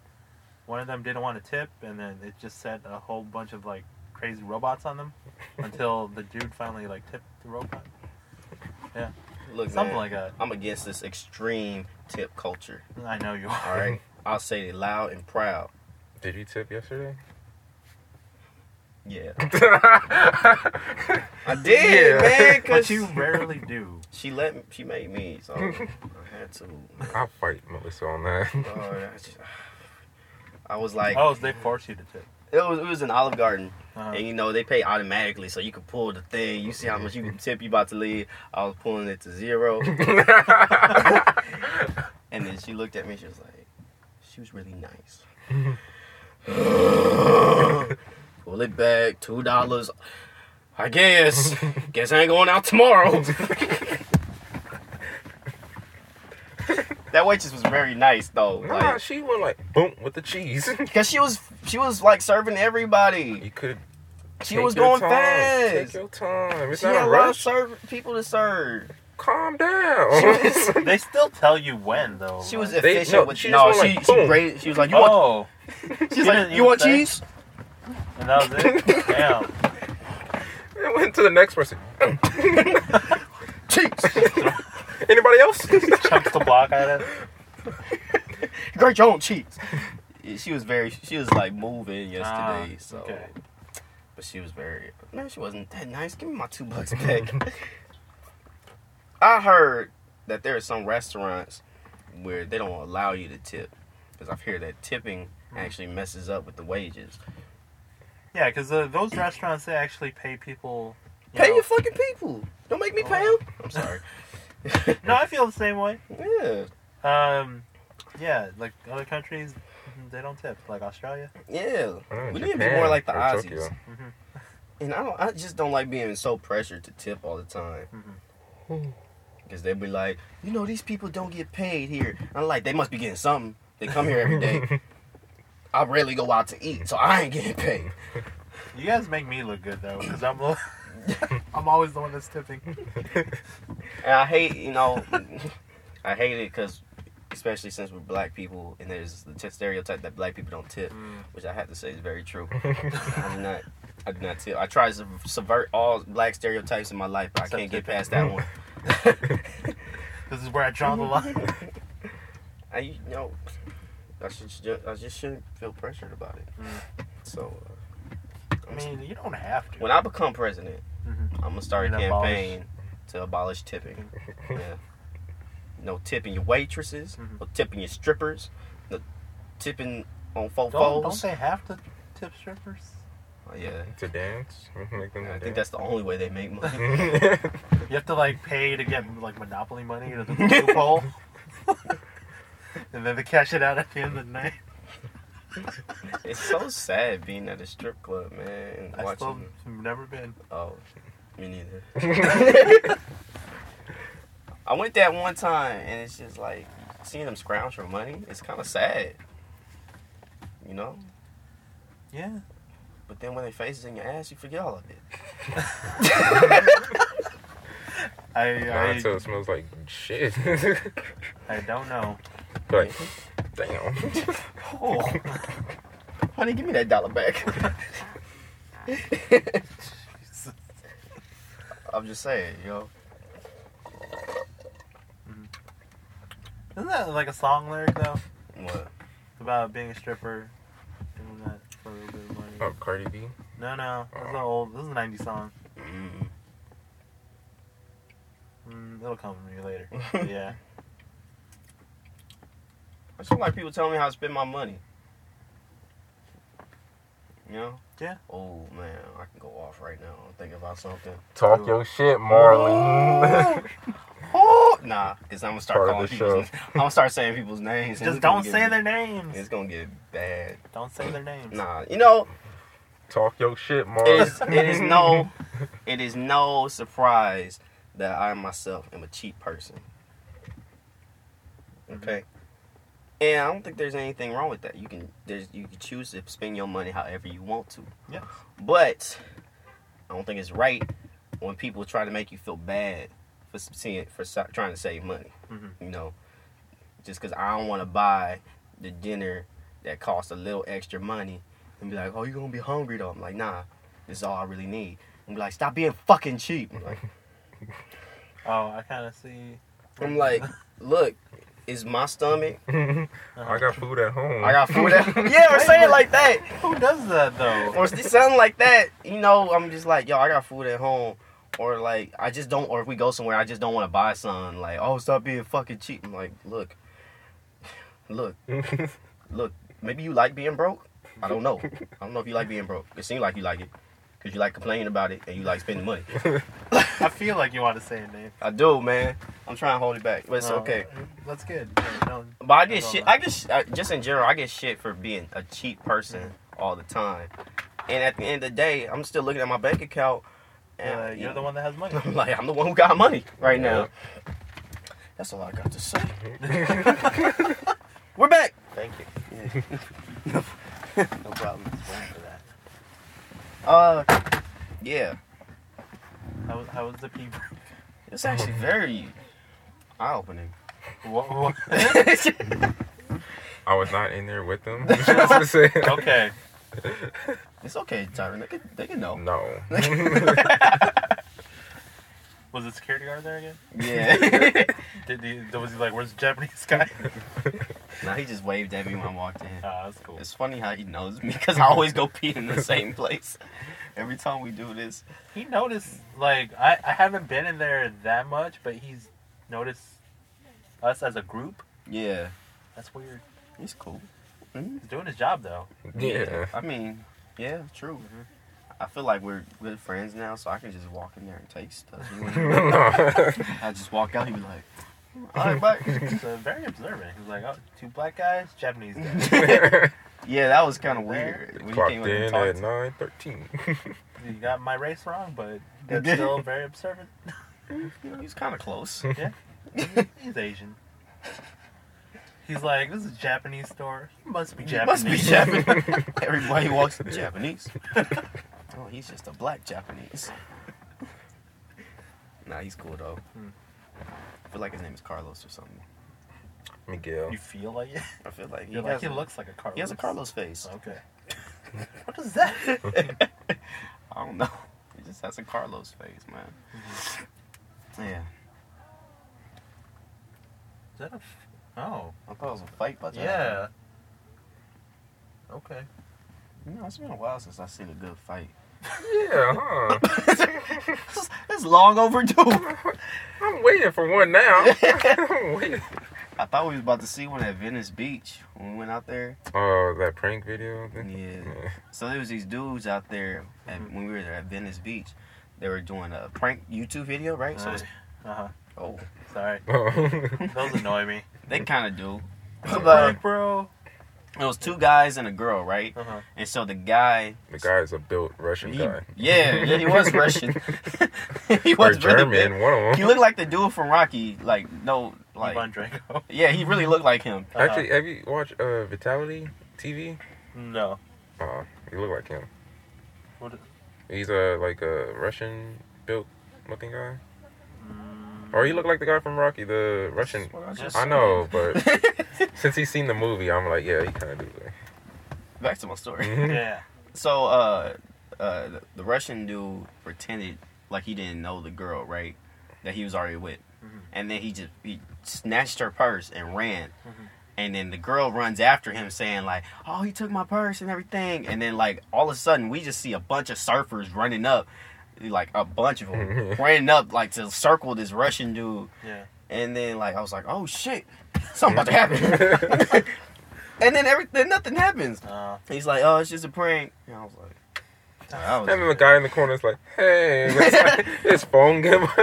Speaker 1: one of them didn't want to tip, and then it just sent a whole bunch of like crazy robots on them until the dude finally like tipped the robot,
Speaker 2: Look,
Speaker 1: something
Speaker 2: man,
Speaker 1: like that.
Speaker 2: I'm against this extreme tip culture.
Speaker 1: I know you are.
Speaker 2: All right, I'll say it loud and proud.
Speaker 3: Did you tip yesterday?
Speaker 2: Yeah,
Speaker 3: I
Speaker 2: I did,
Speaker 3: Yeah.
Speaker 2: man. Cause
Speaker 1: But you rarely do.
Speaker 2: she let me, she made me, so
Speaker 1: Oh.
Speaker 2: I had to.
Speaker 3: will fight Melissa on that.
Speaker 2: Lord, I, just- I was like,
Speaker 1: Oh, so they force you to tip.
Speaker 2: it was it was an Olive Garden,
Speaker 3: Uh-huh.
Speaker 1: Uh,
Speaker 2: and you know they pay automatically, so you can pull the thing. You see how much you can tip you about to leave. I was pulling it to zero, and then she looked at me. She was like, she was really nice. Pull it back, two dollars. I guess. guess I ain't going out tomorrow. that waitress was very nice though.
Speaker 3: nah,
Speaker 2: Like,
Speaker 3: she went like boom with the cheese.
Speaker 2: Cause she was she was like serving everybody.
Speaker 3: You could.
Speaker 2: She
Speaker 3: take
Speaker 2: was
Speaker 3: your
Speaker 2: going
Speaker 3: time. Take
Speaker 2: fast.
Speaker 3: your time. It's
Speaker 2: She
Speaker 3: not
Speaker 2: had
Speaker 3: a
Speaker 2: a lot of
Speaker 3: rush.
Speaker 2: serve, people to serve.
Speaker 3: calm down.
Speaker 2: She was-
Speaker 1: they still tell you when though.
Speaker 2: She was
Speaker 1: like-
Speaker 3: They-
Speaker 2: efficient
Speaker 3: no,
Speaker 2: with
Speaker 3: she
Speaker 2: no.
Speaker 3: just went
Speaker 2: she
Speaker 3: like,
Speaker 2: she,
Speaker 3: boom.
Speaker 2: braided, she was like, "You want?"
Speaker 1: oh,
Speaker 2: She's
Speaker 1: You didn't
Speaker 2: like, "You want
Speaker 1: even
Speaker 2: cheese?"
Speaker 1: and that was it. Damn,
Speaker 3: it went to the next person.
Speaker 2: Cheese.
Speaker 3: Anybody else?
Speaker 1: chunks the block at it.
Speaker 2: Great, your own cheese. Yeah, She was very. She was like moving yesterday.
Speaker 1: Ah,
Speaker 2: so,
Speaker 1: okay.
Speaker 2: but she was very. Man, she wasn't that nice. Give me my two bucks back. I heard that there are some restaurants where they don't allow you to tip because I've heard that tipping actually messes up with the wages.
Speaker 1: Yeah, because uh, those restaurants they actually pay people. you
Speaker 2: Pay
Speaker 1: know-
Speaker 2: your fucking people. Don't make me pay 'em. I'm sorry.
Speaker 1: No, I feel the same way.
Speaker 2: yeah,
Speaker 1: Um, yeah, like other countries, mm-hmm, they don't tip, like Australia.
Speaker 2: yeah.
Speaker 3: Oh,
Speaker 2: we need to be
Speaker 3: Japan
Speaker 2: more like the
Speaker 3: or
Speaker 2: Aussies.
Speaker 3: Tokyo.
Speaker 2: And I don't, I just don't like being so pressured to tip all the time.
Speaker 3: Mhm.
Speaker 2: Because they'd be like, you know, these people don't get paid here. I'm like, they must be getting something. They come here every day. I rarely go out to eat, so I ain't getting paid.
Speaker 1: You guys make me look good though, because I'm the- I'm always the one that's tipping.
Speaker 2: And I hate, you know, I hate it because, especially since we're black people, and there's the t- stereotype that black people don't tip,
Speaker 1: Mm.
Speaker 2: which I have to say is very true. I do not, I do not tip. I try to subvert all black stereotypes in my life, but I
Speaker 1: Except
Speaker 2: can't get
Speaker 1: tipping.
Speaker 2: past that one.
Speaker 1: This is where I draw the line.
Speaker 2: I you know I should ju- I just shouldn't feel pressured about it. So uh,
Speaker 1: Mm. I mean, you don't have to.
Speaker 2: when I become president,
Speaker 1: Mhm.
Speaker 2: I'm gonna start a
Speaker 1: You're gonna
Speaker 2: campaign to abolish tipping. yeah, no tipping your waitresses,
Speaker 1: Mhm.
Speaker 2: no tipping your strippers, no tipping on faux
Speaker 1: don't,
Speaker 2: foes.
Speaker 1: don't they have to tip strippers?
Speaker 2: Oh, yeah,
Speaker 3: To dance, make them.
Speaker 2: I think that's the only way they make money.
Speaker 3: that's.
Speaker 1: You have to like pay to get like Monopoly money to the loophole, and then they cash it out at the end of the night.
Speaker 2: it's so sad being at a strip club, man. and
Speaker 1: I still
Speaker 2: Watching,
Speaker 1: have never been.
Speaker 2: oh, me neither. I went that one time, and it's just like seeing them scrounge for money. It's kind of sad, you know.
Speaker 1: Yeah.
Speaker 2: But then when their faces in your ass, you forget all of it.
Speaker 1: I
Speaker 3: Not
Speaker 1: I,
Speaker 3: until it smells like shit.
Speaker 1: I don't know.
Speaker 3: like, damn.
Speaker 2: Oh, honey, give me that dollar back.
Speaker 1: Jesus.
Speaker 2: I'm just saying, yo.
Speaker 1: Isn't that like a song lyric though?
Speaker 2: What?
Speaker 1: About being a stripper, doing that for a little bit of money.
Speaker 3: Oh, Cardi B.
Speaker 1: No, no, this
Speaker 2: Oh.
Speaker 1: is an old. This is a '90s song.
Speaker 2: Mm.
Speaker 1: Mm, it'll come to me later. yeah.
Speaker 2: I just don't like people telling me how to spend my money. You know?
Speaker 1: Yeah.
Speaker 2: Oh man, I can go off right now. I'm thinking about something.
Speaker 3: Talk your shit, Marlon.
Speaker 2: Oh, nah, because I'm gonna start
Speaker 3: Part of
Speaker 2: calling
Speaker 3: the
Speaker 2: people's.
Speaker 3: show.
Speaker 2: I'm gonna start saying people's names. and
Speaker 1: Just
Speaker 2: it's
Speaker 1: don't
Speaker 2: gonna get-
Speaker 1: say their names.
Speaker 2: It's gonna get bad.
Speaker 1: Don't say their names.
Speaker 2: Nah, you know,
Speaker 3: Talk your shit,
Speaker 2: it is,
Speaker 3: Marlon.
Speaker 2: it is no, it is no surprise that I myself am a cheap person.
Speaker 3: Mm-hmm.
Speaker 2: Okay, and I don't think there's anything wrong with that. You can there's you can choose to spend your money however you want to.
Speaker 1: Yeah.
Speaker 2: But I don't think it's right when people try to make you feel bad for s- seeing for sa- trying to save money.
Speaker 1: Mhm.
Speaker 2: You know, just because I don't want to buy the dinner that costs a little extra money and be like, "Oh, you're gonna be hungry though." I'm like, "Nah, this is all I really need." And be like, "Stop being fucking cheap." I'm like,
Speaker 1: Oh, I kind of see.
Speaker 2: I'm like "Look, it's my stomach.
Speaker 3: I got food at home.
Speaker 2: I got food." At- yeah, or say it like that,
Speaker 1: Who does that though?
Speaker 2: or something like that. You know, I'm just like, "Yo, I got food at home." Or like I just don't, or if we go somewhere, I just don't want to buy something. Like, oh, stop being fucking cheap. I'm like, look, look, look, maybe you like being broke. I don't know. I don't know if you like being broke. It seems like you like it because you like complaining about it and you like spending money.
Speaker 1: I feel like you want to say a name.
Speaker 2: I do, man. I'm trying to hold it back, but it's
Speaker 1: No,
Speaker 2: okay.
Speaker 1: That's good. uh, No,
Speaker 2: But I get
Speaker 1: that's all
Speaker 2: shit.
Speaker 1: right.
Speaker 2: I get sh- I, just in general. I get shit for being a cheap person all the time. And at the end of the day, I'm still looking at my bank account, and
Speaker 1: Uh, you're the one that has money.
Speaker 2: I'm like, I'm the one who got money right now.
Speaker 3: Yeah.
Speaker 2: That's all I got to say. We're back. Thank you. no problem. Uh, yeah.
Speaker 1: How, how was the pee?
Speaker 2: It's actually very eye opening.
Speaker 1: What, what?
Speaker 3: I was not in there with them. Just to say-
Speaker 1: okay.
Speaker 2: It's okay, Tyron. They can, they can know.
Speaker 3: No.
Speaker 1: Was the security guard there again?
Speaker 2: Yeah.
Speaker 1: Did he, was he like, where's the Japanese guy?
Speaker 2: now he just waved at me when I walked in.
Speaker 1: Ah, that's cool.
Speaker 2: It's funny how he knows me because I always go pee in the same place. Every time we do this,
Speaker 1: He noticed, like, I, I haven't been in there that much, but he's noticed us as a group.
Speaker 2: yeah,
Speaker 1: That's weird.
Speaker 2: it's cool. Mhm.
Speaker 1: He's doing his job, though.
Speaker 3: Yeah.
Speaker 2: I mean, yeah, true.
Speaker 1: Mm-hmm.
Speaker 2: I feel like we're good friends now, so I can just walk in there and take stuff. You know? I just walk out, he be like, all right, bye.
Speaker 1: He's uh, very observant. He's like, oh, two black guys, Japanese guy.
Speaker 2: yeah, that was kind of weird. When he
Speaker 3: Clocked
Speaker 2: came over and
Speaker 3: in
Speaker 2: talked
Speaker 3: at
Speaker 2: to
Speaker 3: nine thirteen.
Speaker 1: you got my race wrong, but that's still very observant.
Speaker 2: You know, He's kind of close.
Speaker 1: He's Asian. He's like, this is a Japanese store. He must be
Speaker 2: He
Speaker 1: Japanese.
Speaker 2: Must be Japanese. Everybody walks in Japanese. oh, he's just a black Japanese. nah, he's cool though.
Speaker 1: Hmm.
Speaker 2: I feel like his name is Carlos or something.
Speaker 3: Miguel.
Speaker 1: You feel like it?
Speaker 2: I feel like he,
Speaker 1: You're like,
Speaker 2: has,
Speaker 1: he
Speaker 2: a,
Speaker 1: looks like a Carlos.
Speaker 2: he has a Carlos face.
Speaker 1: Okay. what is that?
Speaker 2: I don't know. He just has a Carlos face, man. Yeah,
Speaker 1: Is that a. F- oh,
Speaker 2: I thought it was a fight, but
Speaker 1: yeah. Okay.
Speaker 2: you know, it's been a while since I seen a good fight.
Speaker 3: Yeah, huh?
Speaker 2: It's, it's long overdue.
Speaker 3: I'm waiting for one now. I'm waiting.
Speaker 2: I thought we was about to see one at Venice Beach when we went out there.
Speaker 3: Oh, that prank video.
Speaker 2: Yeah. So there was these dudes out there at, when we were there at Venice Beach. They were doing a prank YouTube video, right? So it's,
Speaker 1: Uh huh.
Speaker 2: oh,
Speaker 1: Sorry.
Speaker 3: Yeah.
Speaker 1: Those annoy me.
Speaker 2: they kind of do.
Speaker 1: Like,
Speaker 2: But
Speaker 1: bro.
Speaker 2: it was two guys and a girl, right?
Speaker 1: Uh huh.
Speaker 2: And so the guy,
Speaker 3: the guy's a built Russian
Speaker 2: he-
Speaker 3: guy.
Speaker 2: yeah, yeah, he was Russian. he
Speaker 3: Or
Speaker 2: was really
Speaker 3: German,
Speaker 2: big.
Speaker 3: one of
Speaker 2: He
Speaker 3: them.
Speaker 2: looked like the dude from Rocky, like no, like
Speaker 1: Ivan Drago.
Speaker 2: yeah, he really looked like him.
Speaker 1: Uh-huh.
Speaker 3: Actually, have you watched uh, Vitality TV?
Speaker 1: No.
Speaker 3: Oh, you look like him.
Speaker 1: What is-
Speaker 3: He's a like a Russian built looking guy.
Speaker 1: Mm,
Speaker 3: Or you look like the guy from Rocky, the Russian.
Speaker 2: Well,
Speaker 1: just
Speaker 3: I know, but since he's seen the movie, I'm like, yeah, he kind of do.
Speaker 2: Back to my story.
Speaker 3: That.
Speaker 1: Yeah.
Speaker 2: So uh, uh, the- the Russian dude pretended like he didn't know the girl, right? That he was already with,
Speaker 1: Mhm.
Speaker 2: and then he just he snatched her purse and ran.
Speaker 1: Mhm.
Speaker 2: And then the girl runs after him, saying like, "Oh, he took my purse and everything." And then like all of a sudden, we just see a bunch of surfers running up, like a bunch of them
Speaker 3: Mhm.
Speaker 2: running up like to circle this Russian dude.
Speaker 1: Yeah.
Speaker 2: And then like I was like, "Oh shit, something about to happen." and then everything, nothing happens.
Speaker 1: Uh,
Speaker 2: He's like, "Oh, it's just a prank." And I was like. Oh, That was
Speaker 3: and then the guy in the corner is like, hey, it's like, his phone game. I'm like,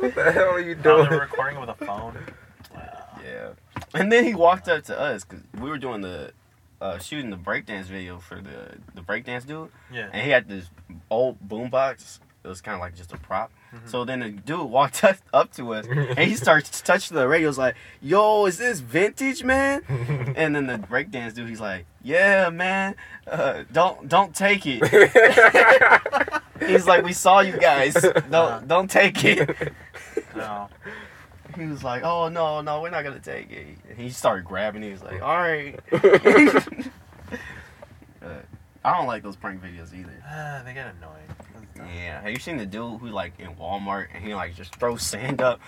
Speaker 3: what the hell are you
Speaker 1: now
Speaker 3: doing?
Speaker 1: they're recording with a phone. Wow.
Speaker 2: Yeah. And then he walked up to us because we were doing the uh, shooting the breakdance video for the the breakdance dude,
Speaker 1: Yeah.
Speaker 2: and he had this old boombox. It was kind of like just a prop.
Speaker 1: Mhm.
Speaker 2: So then the dude walked up, up to us and he starts touching the radio. He's like, "Yo, is this vintage, man?" And then the breakdance dude, he's like, "Yeah, man. Uh, don't don't take it." He's like, "We saw you guys. Don't don't take it."
Speaker 1: No.
Speaker 2: He was like, "Oh no, no, we're not gonna take it." And he started grabbing. it. He was like, "All right." But I don't like those prank videos either.
Speaker 1: Ah, they get annoying.
Speaker 2: Yeah, have you seen the dude who like in Walmart and he like just throws sand up?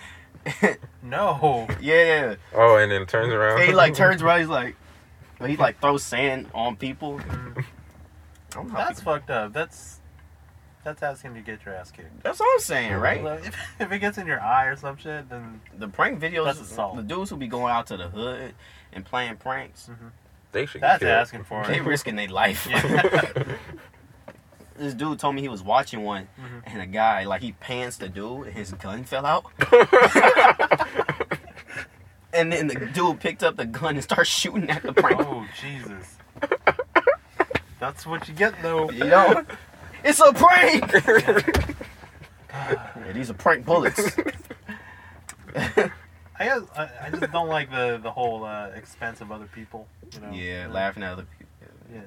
Speaker 1: No.
Speaker 2: yeah,
Speaker 3: oh, and then turns around.
Speaker 2: and he like turns around. He's like, but he like throws sand on people. I don't know how
Speaker 1: Mm, That's
Speaker 2: people-
Speaker 1: fucked up. That's that's asking you to get your ass kicked.
Speaker 2: that's what I'm saying, right?
Speaker 1: Like, if, if it gets in your eye or some shit, then
Speaker 2: The prank
Speaker 1: That's
Speaker 2: videos,
Speaker 1: assault.
Speaker 2: the dudes who be going out to the hood and playing pranks,
Speaker 3: They should
Speaker 1: that's
Speaker 3: get killed.
Speaker 1: asking for
Speaker 2: they
Speaker 1: it.
Speaker 2: risking their life. this dude told me he was watching one
Speaker 1: Mhm.
Speaker 2: and a guy like he pants the dude and his gun fell out and then the dude picked up the gun and started shooting at the prank
Speaker 1: Oh Jesus. That's what you get though.
Speaker 2: you know it's a prank Yeah, these are prank bullets
Speaker 1: I guess I, I just don't like the the whole uh, expense of other people. You know.
Speaker 2: yeah laughing at other people
Speaker 1: Yeah.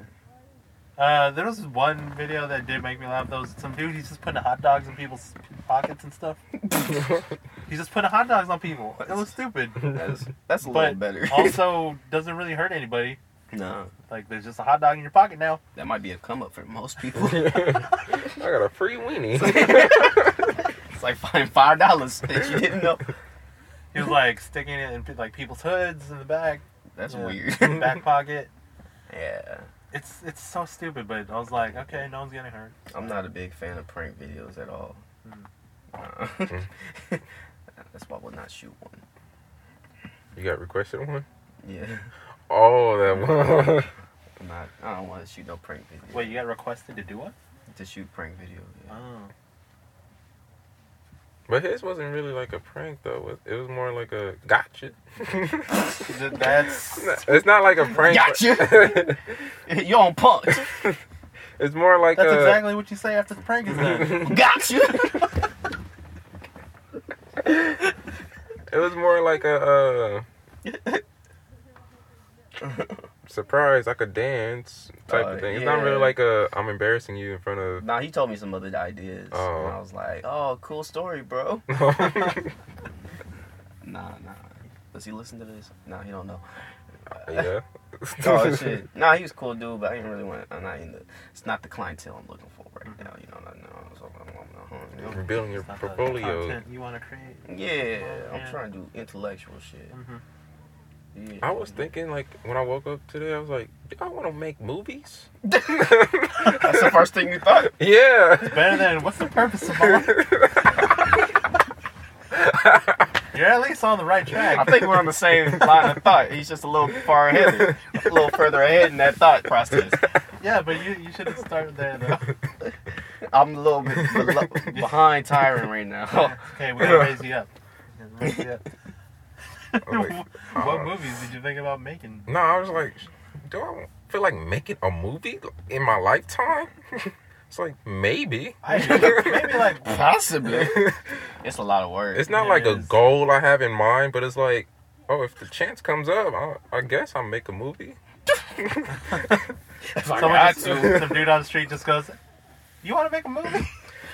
Speaker 1: Uh, there was this one video that did make me laugh. There was some dude. He's just putting hot dogs in people's pockets and stuff. he's just putting hot dogs on people. It was stupid,
Speaker 2: That's that's a little
Speaker 1: but
Speaker 2: better.
Speaker 1: also doesn't really hurt anybody.
Speaker 2: no,
Speaker 1: Like there's just a hot dog in your pocket now.
Speaker 2: that might be a come up for most people.
Speaker 3: I got a free weenie.
Speaker 2: it's like find five dollars that you didn't know.
Speaker 1: He was like sticking it in like people's hoods in the back,
Speaker 2: That's
Speaker 1: Yeah.
Speaker 2: weird.
Speaker 1: back pocket.
Speaker 2: yeah,
Speaker 1: It's it's so stupid, but I was like, okay, no one's getting hurt.
Speaker 2: I'm not a big fan of prank videos at all.
Speaker 1: Mm.
Speaker 3: Mm.
Speaker 2: Uh, that's why I will not shoot one.
Speaker 3: you got requested one?
Speaker 2: Yeah,
Speaker 3: Oh, that one.
Speaker 2: I'm not. I don't want to shoot no prank video.
Speaker 1: Wait, you got requested to do what?
Speaker 2: to shoot prank video. yeah.
Speaker 1: Oh,
Speaker 3: but his wasn't really like a prank though. It- It was more like a gotcha.
Speaker 1: Th- that's
Speaker 3: it's not like a prank.
Speaker 2: Gotcha. you on punk?
Speaker 3: it's more like
Speaker 1: that's
Speaker 3: a.
Speaker 1: exactly what you say after the prank is done.
Speaker 2: Got you.
Speaker 3: It was more like a uh, surprise. I could dance type
Speaker 2: Uh,
Speaker 3: of thing. It's not really
Speaker 2: yeah.
Speaker 3: like a I'm embarrassing you in front of.
Speaker 2: nah, he told me some other ideas,
Speaker 3: Oh.
Speaker 2: and I was like, "Oh, cool story, bro."
Speaker 1: Oh,
Speaker 2: Nah, nah. Does he listen to this? Nah, he don't know.
Speaker 3: yeah.
Speaker 2: Oh shit. Nah, he was a cool dude, but I didn't really want. I'm not in the. It's not the clientele I'm looking for right now. You know, I know. So I'm, I'm, I'm,
Speaker 3: You're building your
Speaker 1: It's not the
Speaker 3: portfolio.
Speaker 1: content you want to create.
Speaker 2: I'm, yeah,
Speaker 1: Yeah.
Speaker 2: I'm trying to do intellectual shit.
Speaker 1: hmm
Speaker 2: Yeah.
Speaker 3: I was thinking like when I woke up today, I was like, do I want to make movies?
Speaker 2: That's the first thing you thought.
Speaker 3: Yeah.
Speaker 1: Better than what's the purpose of my life? You're at least on the right
Speaker 2: I
Speaker 1: track.
Speaker 2: think we're on the same line of thought. He's just a little far ahead, a little further ahead in that thought process.
Speaker 1: Yeah, but you you should have started there though.
Speaker 2: I'm a little bit below, behind Tyron right now.
Speaker 1: Okay, we gotta raise you up. We gotta Raise you up.
Speaker 3: like,
Speaker 1: what
Speaker 3: uh,
Speaker 1: movies did you think about making?
Speaker 3: No, I was like, do I feel like making a movie in my lifetime? it's like maybe.
Speaker 1: I, maybe like
Speaker 2: Possibly. It's a lot of words.
Speaker 3: It's not
Speaker 1: It
Speaker 3: like a
Speaker 1: is.
Speaker 3: goal I have in mind, but it's like, oh, if the chance comes up, I, I guess I'll make a movie.
Speaker 2: If I
Speaker 1: someone
Speaker 2: got
Speaker 1: just,
Speaker 2: to.
Speaker 1: some dude on the street just goes, "You want to make a movie?"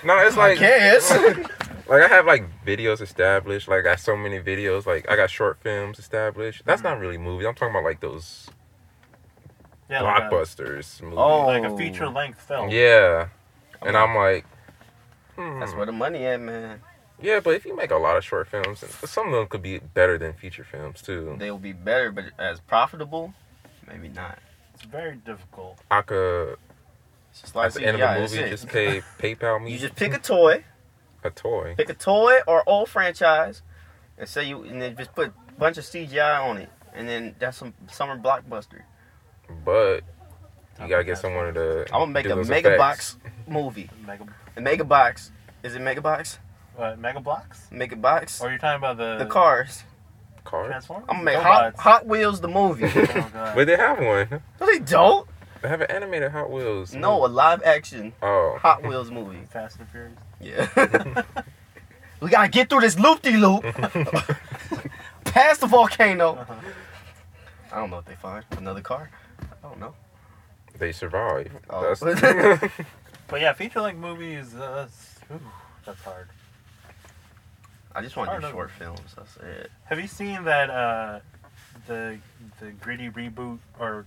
Speaker 3: No, it's like,
Speaker 2: Yes.
Speaker 3: like I have like videos established. Like I got so many videos. Like I got short films established. That's
Speaker 2: Mm-hmm.
Speaker 3: not really movies. I'm talking about like those
Speaker 1: Yeah, like a,
Speaker 3: blockbusters. Movies.
Speaker 2: uh, Oh.
Speaker 1: like a feature length film.
Speaker 3: yeah. And I'm like, hmm.
Speaker 2: That's where the money at, man.
Speaker 3: yeah, but if you make a lot of short films, some of them could be better than feature films too.
Speaker 2: They'll be better, but as profitable, maybe not.
Speaker 1: It's very difficult.
Speaker 3: I could
Speaker 2: It's just like
Speaker 3: at the
Speaker 2: CGI,
Speaker 3: end of the
Speaker 2: that's
Speaker 3: movie
Speaker 2: it.
Speaker 3: just pay PayPal me
Speaker 2: You just pick a toy,
Speaker 3: a toy.
Speaker 2: pick a toy or old franchise, and say you, and then just put a bunch of CGI on it, and then that's some summer blockbuster.
Speaker 3: But you gotta get someone to.
Speaker 2: I'm gonna make
Speaker 3: do
Speaker 2: a
Speaker 3: those
Speaker 2: mega
Speaker 3: effects.
Speaker 2: box movie.
Speaker 1: Mega,
Speaker 2: A mega box. Is it mega box?
Speaker 1: uh, mega blocks?
Speaker 2: Mega box.
Speaker 1: Or uh, you're talking about the
Speaker 2: The cars.
Speaker 3: car.
Speaker 1: Transformers?
Speaker 2: I'm gonna make Hot,
Speaker 1: Robots.
Speaker 2: Hot Wheels the movie.
Speaker 1: Oh, God.
Speaker 3: But they have one.
Speaker 2: no, they don't.
Speaker 3: They have an animated Hot Wheels.
Speaker 2: No, a live action
Speaker 3: Oh.
Speaker 2: Hot Wheels movie.
Speaker 1: Fast and Furious.
Speaker 2: Yeah. we gotta get through this loop de loop. Past the volcano.
Speaker 1: Uh-huh.
Speaker 2: I don't know if they find another car. I don't know.
Speaker 3: They survive.
Speaker 2: Oh.
Speaker 3: That's-
Speaker 1: But yeah, feature length movies, uh, that's, ooh, that's hard.
Speaker 2: I just want to
Speaker 1: I
Speaker 2: do
Speaker 1: don't know.
Speaker 2: short films. That's it.
Speaker 1: Have you seen that, uh, the, the gritty reboot or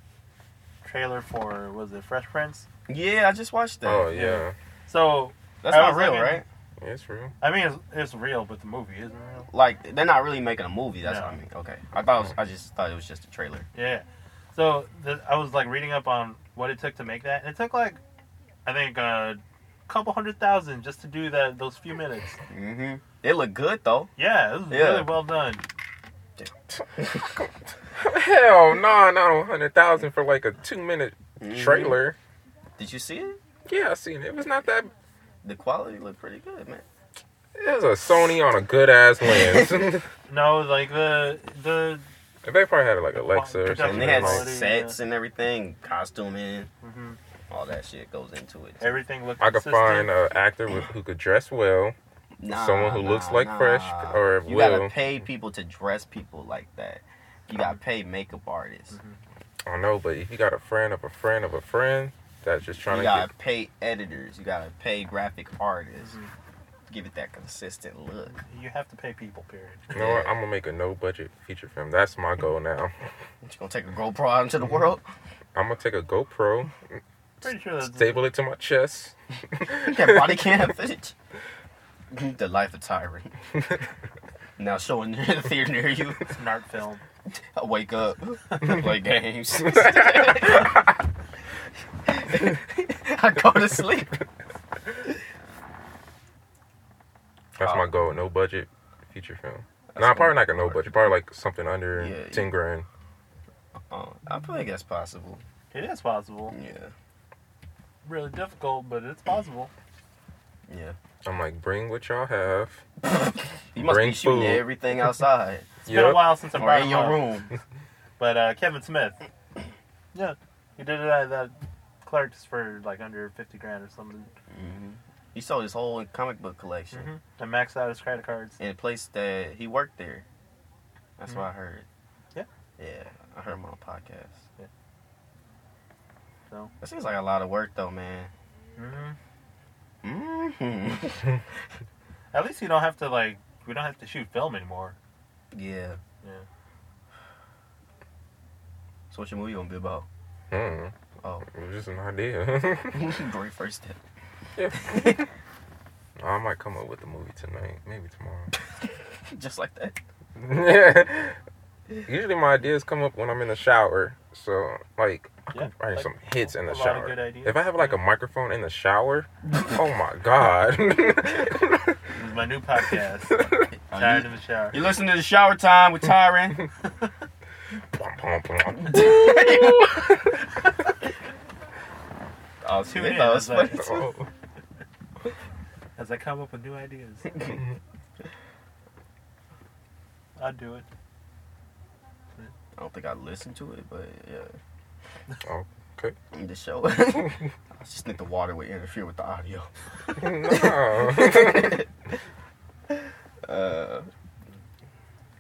Speaker 1: trailer for, was it Fresh Prince?
Speaker 2: Yeah, I just watched that.
Speaker 3: oh yeah.
Speaker 1: So,
Speaker 2: That's
Speaker 1: I
Speaker 2: not
Speaker 1: was
Speaker 2: real,
Speaker 1: looking-
Speaker 2: right?
Speaker 3: yeah, it's real.
Speaker 1: I mean, it's, it's real, but the movie isn't real.
Speaker 2: Like they're not really making a movie. That's
Speaker 1: No.
Speaker 2: what I mean. Okay, I thought it was, I just thought it was just a trailer.
Speaker 1: Yeah. So the, I was like reading up on what it took to make that, and it took like, I think a couple hundred thousand just to do that those few minutes.
Speaker 2: Mm-hmm. It looked good though.
Speaker 1: Yeah, it was
Speaker 2: Yeah.
Speaker 1: really well done.
Speaker 3: Hell no, no, hundred thousand for like a two minute
Speaker 2: Mm-hmm.
Speaker 3: trailer.
Speaker 2: Did you see it?
Speaker 3: Yeah, I seen it. It was not that.
Speaker 2: The quality looked pretty good, man.
Speaker 3: It was a Sony on a good ass lens. if
Speaker 1: No, like the the
Speaker 3: they probably had like Alexa or
Speaker 1: Production
Speaker 2: And
Speaker 3: something.
Speaker 2: they had
Speaker 1: quality,
Speaker 2: sets and everything, costuming,
Speaker 1: mhm,
Speaker 2: all that shit goes into it.
Speaker 1: everything looked.
Speaker 3: I could
Speaker 1: consistent.
Speaker 3: find an actor with, who could dress well.
Speaker 2: Nah,
Speaker 3: Someone who looks like Fresh or
Speaker 2: you gotta
Speaker 3: Will.
Speaker 2: pay people to dress people like that. You gotta pay makeup artists.
Speaker 3: I don't know, but if you got a friend of a friend of a friend, that just trying
Speaker 2: you
Speaker 3: to
Speaker 2: gotta
Speaker 3: get
Speaker 2: pay editors. You gotta pay graphic artists. Give it that consistent look.
Speaker 1: You have to pay people, period.
Speaker 3: you know what? I'm gonna make a no budget feature film. That's my goal now.
Speaker 2: What, you gonna take a GoPro out into the world?
Speaker 3: I'm gonna take a GoPro,
Speaker 1: Pretty sure that's
Speaker 3: stable it to my chest.
Speaker 2: that body cam footage. the life of Tyrant. now showing in the theater near you.
Speaker 1: an art film.
Speaker 2: I wake up, play games. I go to sleep.
Speaker 3: That's my
Speaker 2: Oh.
Speaker 3: goal. No budget feature film.
Speaker 2: That's
Speaker 3: nah, probably
Speaker 2: my
Speaker 3: not a no
Speaker 2: goal.
Speaker 3: budget. Probably like something under
Speaker 2: Yeah,
Speaker 3: ten grand.
Speaker 2: Oh, I feel like that's possible.
Speaker 1: It is possible.
Speaker 2: Yeah,
Speaker 1: Really difficult, but it's possible.
Speaker 2: yeah.
Speaker 3: I'm like, bring what y'all have.
Speaker 2: You must
Speaker 3: Bring
Speaker 2: be shooting
Speaker 3: food.
Speaker 2: everything outside
Speaker 1: It's been a while since I
Speaker 2: or
Speaker 1: brought
Speaker 2: in
Speaker 1: him
Speaker 2: your
Speaker 1: up.
Speaker 2: room.
Speaker 1: But uh, Kevin Smith, yeah, he did it at that Clerks for like under fifty grand or something,
Speaker 2: hmm He sold his whole comic book collection
Speaker 1: Mhm. and maxed out his credit cards.
Speaker 2: in a place that he worked there. That's what I heard.
Speaker 1: Mm-hmm. Yeah.
Speaker 2: Yeah, I heard him on a podcast.
Speaker 1: Yeah. So?
Speaker 2: That seems like a lot of work, though, man. Mm-hmm.
Speaker 1: hmm
Speaker 2: hmm
Speaker 1: At least you don't have to like we don't have to shoot film anymore.
Speaker 2: yeah.
Speaker 1: Yeah.
Speaker 2: So, what's your movie gonna be about?
Speaker 3: Hmm.
Speaker 2: Oh,
Speaker 3: It was just an idea.
Speaker 2: great first step.
Speaker 3: I might come up with a movie tonight, maybe
Speaker 2: Just like that.
Speaker 3: tomorrow. Usually my ideas come up when I'm in the shower. So like I could
Speaker 1: Yeah,
Speaker 3: write
Speaker 1: like,
Speaker 3: some hits in the
Speaker 1: a lot of
Speaker 3: shower.
Speaker 1: good ideas.
Speaker 3: If I have like a microphone in the shower, oh my god.
Speaker 1: This is my new podcast. Tired in the shower.
Speaker 2: Uh, You listen to the shower time with Tyron. oh,
Speaker 1: Tune
Speaker 2: shit,
Speaker 1: in,
Speaker 2: that
Speaker 1: it's
Speaker 2: was
Speaker 1: like-
Speaker 2: funny.
Speaker 3: Oh,
Speaker 1: As I come up with new ideas, I'd do it.
Speaker 2: I don't think I listened to it, but yeah.
Speaker 3: Oh, okay.
Speaker 2: In the show. I just think the water would interfere with the audio.
Speaker 3: no.
Speaker 2: Uh,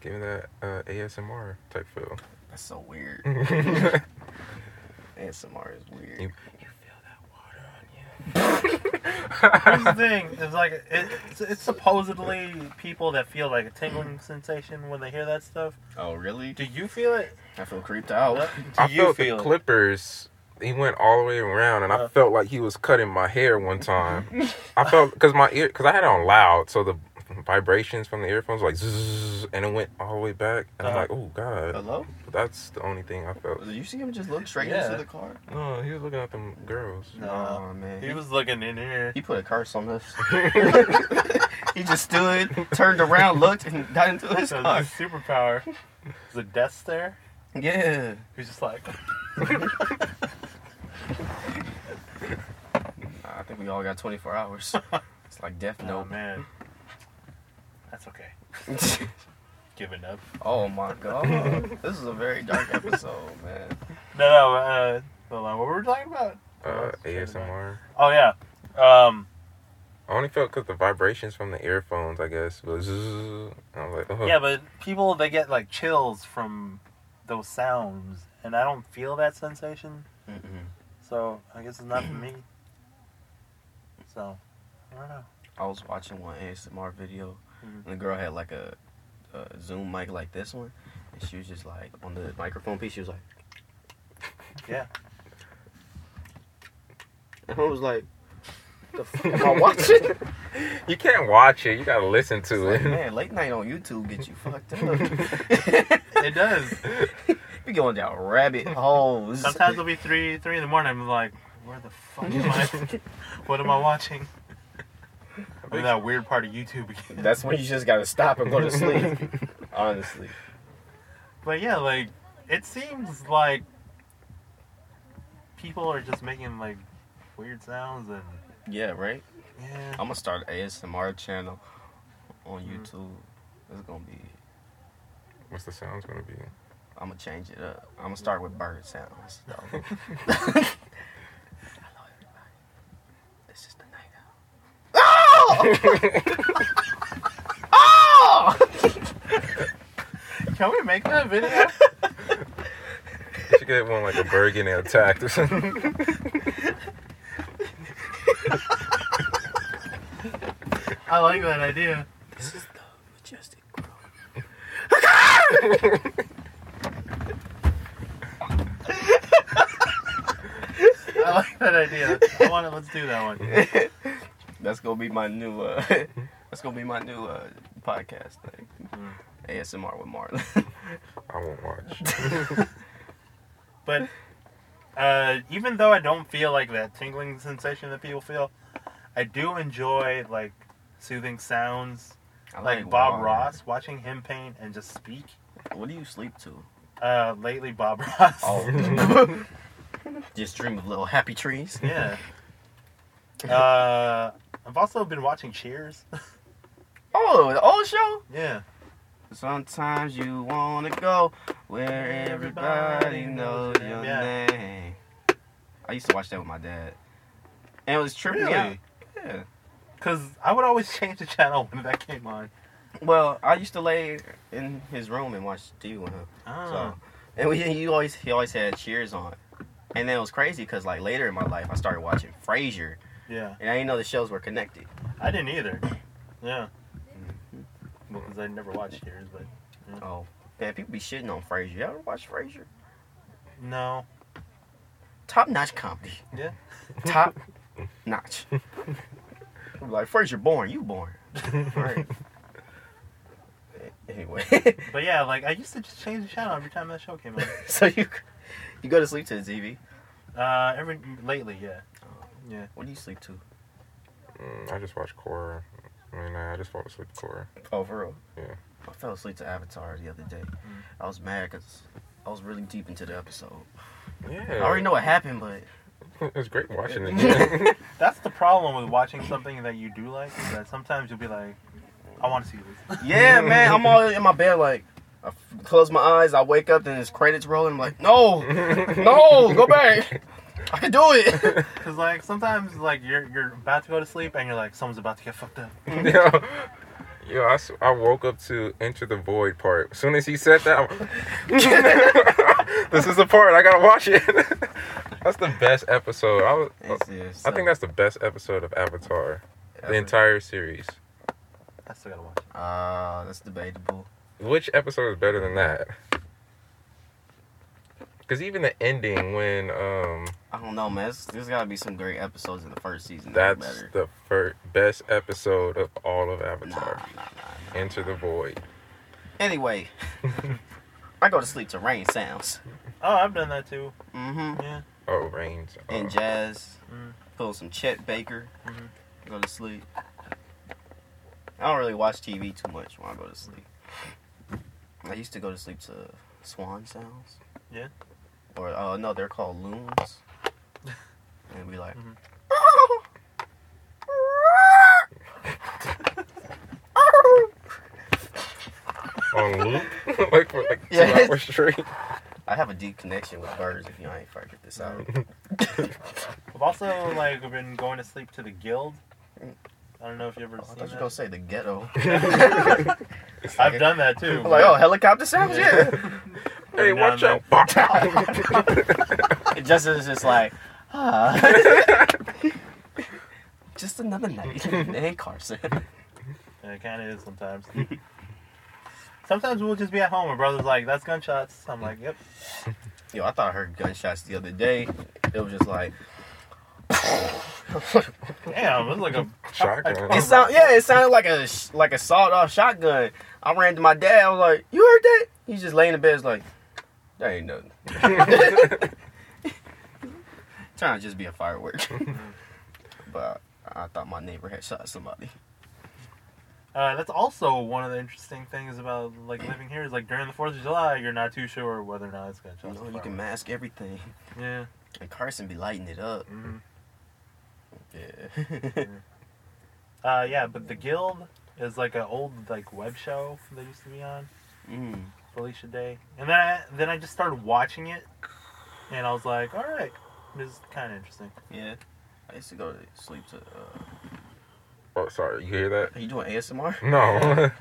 Speaker 3: Give me that uh, ASMR type feel.
Speaker 2: that's so weird. ASMR is weird.
Speaker 3: You-
Speaker 1: Here's the thing: it's like it, it's, it's supposedly people that feel like a tingling sensation when they hear that stuff.
Speaker 2: Oh, really?
Speaker 1: Do you feel it?
Speaker 2: I feel creeped out.
Speaker 1: Do
Speaker 3: I
Speaker 1: you
Speaker 3: felt
Speaker 1: feel
Speaker 3: the
Speaker 1: it?
Speaker 3: Clippers. He went all the way around, and I
Speaker 1: Uh.
Speaker 3: felt like he was cutting my hair one time. I felt because my ear, because I had it on loud, so the vibrations from the earphones like, zzz, and it went all the way back, and I'm
Speaker 1: Uh-huh.
Speaker 3: like, oh god,
Speaker 2: Hello?
Speaker 3: that's the only thing I felt.
Speaker 2: Did you see him just look straight
Speaker 1: Yeah.
Speaker 2: into the car?
Speaker 3: No, he was looking at them girls.
Speaker 1: No.
Speaker 2: Aw, man.
Speaker 1: He was looking in here.
Speaker 2: He put a curse on us. he just stood, turned around, looked, and got into his
Speaker 1: So
Speaker 2: car.
Speaker 1: this is superpower. There's a death stare.
Speaker 2: Yeah.
Speaker 1: He's just like, "Oh,
Speaker 2: I think we all got 24 hours. It's like Death
Speaker 1: no
Speaker 2: Note.
Speaker 1: man, that's okay. Giving up.
Speaker 2: oh my god. This is a very dark episode, man.
Speaker 1: No, no. Uh, hold on. What were we talking about?
Speaker 3: Uh, ASMR.
Speaker 1: Oh yeah. Um,
Speaker 3: I only felt because the vibrations from the earphones, I guess, was. Zzz, I was like, oh.
Speaker 1: yeah, but people they get like chills from those sounds, and I don't feel that sensation. So I guess it's not for me. So I don't know.
Speaker 2: I was watching one ASMR video,
Speaker 1: Mhm.
Speaker 2: and the girl had like a, a Zoom mic like this one, and she was just like, on the microphone piece, she was like,
Speaker 1: Yeah.
Speaker 2: And I was like, the fuck am I watching?
Speaker 3: you can't watch it. You gotta listen
Speaker 2: It's
Speaker 3: to
Speaker 2: like,
Speaker 3: it.
Speaker 2: man, late night on YouTube get you fucked up.
Speaker 1: It does.
Speaker 2: you going down rabbit holes.
Speaker 1: Sometimes it'll be three three in the morning. I'm like, where the fuck am I? what am I watching? I'm in that weird part of YouTube again.
Speaker 2: That's when you just gotta stop and go to sleep. Honestly.
Speaker 1: But yeah, like it seems like people are just making like weird sounds and
Speaker 2: Yeah, right?
Speaker 1: yeah.
Speaker 2: I'm gonna start an ASMR channel on
Speaker 1: Mhm.
Speaker 2: YouTube. It's gonna be.
Speaker 3: What's the sounds gonna be?
Speaker 2: I'm gonna change it up. I'm gonna start with bird sounds. Though. Hello, everybody. This is the night out. Oh! oh!
Speaker 1: Can we make that video?
Speaker 3: You should get one like a bird getting attacked or something.
Speaker 1: I like that idea.
Speaker 2: This is the majestic growth.
Speaker 1: I like that idea. I want to. Let's do that one.
Speaker 2: That's gonna be my new. Uh, that's gonna be my new uh, podcast thing.
Speaker 1: Mm.
Speaker 2: ASMR with Marlon.
Speaker 3: I won't watch.
Speaker 1: But uh, even though I don't feel like that tingling sensation that people feel, I do enjoy like soothing sounds.
Speaker 2: I
Speaker 1: Like, Bob
Speaker 2: water.
Speaker 1: Ross, watching him paint and just speak.
Speaker 2: What do you sleep to?
Speaker 1: Uh, lately, Bob Ross.
Speaker 2: Oh. Just dream of little happy trees.
Speaker 1: Yeah. Uh, I've also been watching Cheers.
Speaker 2: Oh, the old show.
Speaker 1: Yeah.
Speaker 2: Sometimes you wanna go where everybody knows your
Speaker 1: Yeah.
Speaker 2: name. I used to watch that with my dad, and it was tripping me out.
Speaker 1: Really?
Speaker 2: Yeah.
Speaker 1: Because I would always change the channel when that came on.
Speaker 2: Well, I used to lay in his room and watch TV with him. So, and we you always he always had Cheers on, and then it was crazy because like later in my life I started watching Frasier,
Speaker 1: Yeah.
Speaker 2: and I didn't know the shows were connected.
Speaker 1: I didn't either. Yeah. Well, because I never watched Cheers, but
Speaker 2: Oh man, people be shitting on Frasier. You ever watch Frasier?
Speaker 1: no.
Speaker 2: Top notch comedy.
Speaker 1: Yeah.
Speaker 2: Top notch. I'm like Frasier, born you born. Right. anyway,
Speaker 1: But yeah, like I used to just change the channel every time that show came on.
Speaker 2: so you you go to sleep to the TV.
Speaker 1: Uh, every lately, yeah.
Speaker 2: What do you sleep to?
Speaker 3: Mm, I just watch Cora. I mean, I just fall asleep to Cora.
Speaker 2: Oh, for real?
Speaker 3: Yeah. Mm.
Speaker 2: I fell asleep to Avatar the other day. I was mad because I was really deep into the episode.
Speaker 3: Yeah.
Speaker 2: I already know what happened, but
Speaker 3: It was great watching it. again.
Speaker 1: That's the problem with watching something that you do like. Is that sometimes you'll be like, I want to see this.
Speaker 2: yeah, man, I'm all in my bed like. I f- close my eyes, I wake up, and it's credits rolling. I'm like, no, no, go back. I can do it.
Speaker 1: Because like sometimes like you're you're about to go to sleep and you're like someone's about to get fucked up.
Speaker 3: Yo, yo I, s- I woke up to enter the void part. As soon as he said that, I'm- this is the part I gotta watch it. that's the best episode. I, was, I think that's the best episode of Avatar, the entire series.
Speaker 1: I still gotta watch. It.
Speaker 2: Uh, that's debatable.
Speaker 3: Which episode is better than that? Because even the ending when um
Speaker 2: I don't know, man. There's, there's got to be some great episodes in the first season. that are
Speaker 3: that's
Speaker 2: better.
Speaker 3: the first best episode of all of
Speaker 2: Nah,
Speaker 3: Avatar,
Speaker 2: nah, nah.
Speaker 3: Enter the Void.
Speaker 2: Anyway, I go to sleep to rain sounds.
Speaker 1: Oh, I've done that too.
Speaker 2: Mm-hmm.
Speaker 1: Yeah.
Speaker 3: Oh, rains. Oh.
Speaker 2: and jazz.
Speaker 1: Mm.
Speaker 2: Put on some Chet Baker.
Speaker 1: Mhm.
Speaker 2: Go to sleep. I don't really watch TV too much when I go to sleep. I used to go to sleep to swan sounds.
Speaker 1: Yeah.
Speaker 2: Or uh, no, they're called loons. And be like.
Speaker 1: Mhm.
Speaker 3: on loop, like for like two
Speaker 2: Yeah.
Speaker 3: hours straight.
Speaker 2: I have a deep connection with birds. If you ain't figured this out.
Speaker 1: I've also like been going to sleep to the guild. I don't know if you ever
Speaker 2: Oh, I
Speaker 1: seen
Speaker 2: thought you gonna
Speaker 1: that.
Speaker 2: say the ghetto.
Speaker 1: I've done that too.
Speaker 2: I'm like, oh, helicopter sounds, yeah.
Speaker 3: hey,
Speaker 1: Every now
Speaker 3: watch out!
Speaker 1: and
Speaker 2: And Justin's just like, ah. just another night. Hey, Carson.
Speaker 1: Yeah, it kind of is sometimes. sometimes we'll just be at home and brother's like, "That's gunshots." I'm like, "Yep."
Speaker 2: Yo, I thought I heard gunshots the other day. It was just like,
Speaker 1: Damn, it was like a
Speaker 3: Shotgun.
Speaker 2: it sound, yeah, it sounded like a sh- like a sawed off shotgun. I ran to my dad. I was like, you heard that? He's just laying in bed. He's like, that ain't nothing. Trying to just be a firework. but I, I thought my neighbor had shot somebody.
Speaker 1: Uh, that's also one of the interesting things about like living here is like during the Fourth of July, you're not too sure whether or not it's gunshots.
Speaker 2: You know,
Speaker 1: or
Speaker 2: you can
Speaker 1: fireworks.
Speaker 2: mask everything.
Speaker 1: Yeah.
Speaker 2: And Carson be lighting it up.
Speaker 1: hmm
Speaker 2: Yeah.
Speaker 1: Uh, yeah, but the Guild is like an old like web show that used to be on
Speaker 2: mm.
Speaker 1: Felicia Day, and then I, then I just started watching it, and I was like, all right, this is kind of interesting.
Speaker 2: Yeah. I used to go to sleep to. Uh,
Speaker 3: Oh, sorry, you hear that?
Speaker 2: are you doing ASMR?
Speaker 3: No,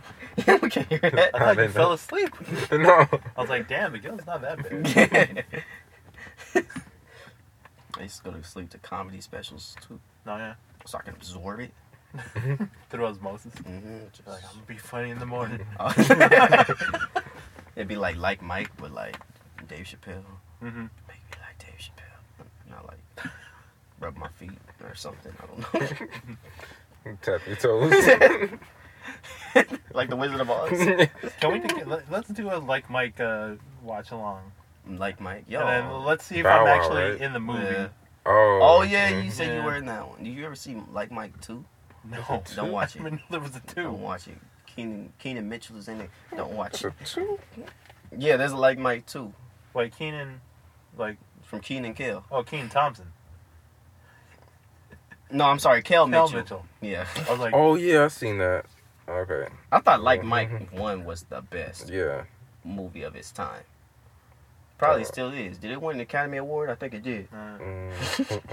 Speaker 2: we can't hear
Speaker 1: I
Speaker 3: I
Speaker 1: thought you
Speaker 3: didn't know.
Speaker 1: fell asleep.
Speaker 3: no.
Speaker 1: I was like, damn, the Guild's not that bad.
Speaker 2: that. I used to go to sleep to comedy specials too,
Speaker 1: No, yeah.
Speaker 2: so I can absorb it.
Speaker 1: through osmosis.
Speaker 2: Mm-hmm.
Speaker 1: Like, I'm gonna be funny in the morning.
Speaker 2: It'd be like like Mike, but like Dave Chappelle.
Speaker 1: hmm
Speaker 2: Make me like Dave Chappelle. Not like rub my feet or something. I don't know.
Speaker 3: Tap your toes.
Speaker 2: like the Wizard of Oz.
Speaker 1: Can we? Think, let, let's do a like Mike uh, watch along,
Speaker 2: like Mike. Yo.
Speaker 1: and then let's see if
Speaker 3: Bow
Speaker 1: I'm
Speaker 3: Wow,
Speaker 1: actually
Speaker 3: right?
Speaker 1: in the movie.
Speaker 2: Yeah.
Speaker 3: oh,
Speaker 2: Oh yeah,
Speaker 3: okay.
Speaker 2: you said
Speaker 1: Yeah.
Speaker 2: you were in that one. Did you ever see Like Mike two?
Speaker 1: No,
Speaker 2: Don't watch it.
Speaker 1: I mean, there was a two.
Speaker 2: Don't watch it. Keenan Keenan Mitchell is in it. Don't watch it.
Speaker 3: So two?
Speaker 2: Yeah, there's a Like Mike two
Speaker 1: Wait, Keenan, like
Speaker 2: from Keenan Kell.
Speaker 1: oh Keenan Thompson,
Speaker 2: No, I'm sorry, Kell
Speaker 1: Kel
Speaker 2: Mitchell.
Speaker 1: Mitchell.
Speaker 2: Yeah,
Speaker 1: I was like,
Speaker 3: Oh yeah, I've seen that. Okay,
Speaker 2: I thought Like
Speaker 3: Mhm.
Speaker 2: Mike one was the best
Speaker 3: yeah.
Speaker 2: movie of its time. Probably
Speaker 3: Uh,
Speaker 2: still is. Did it win an Academy Award? I think it did.
Speaker 1: uh,
Speaker 3: Mm,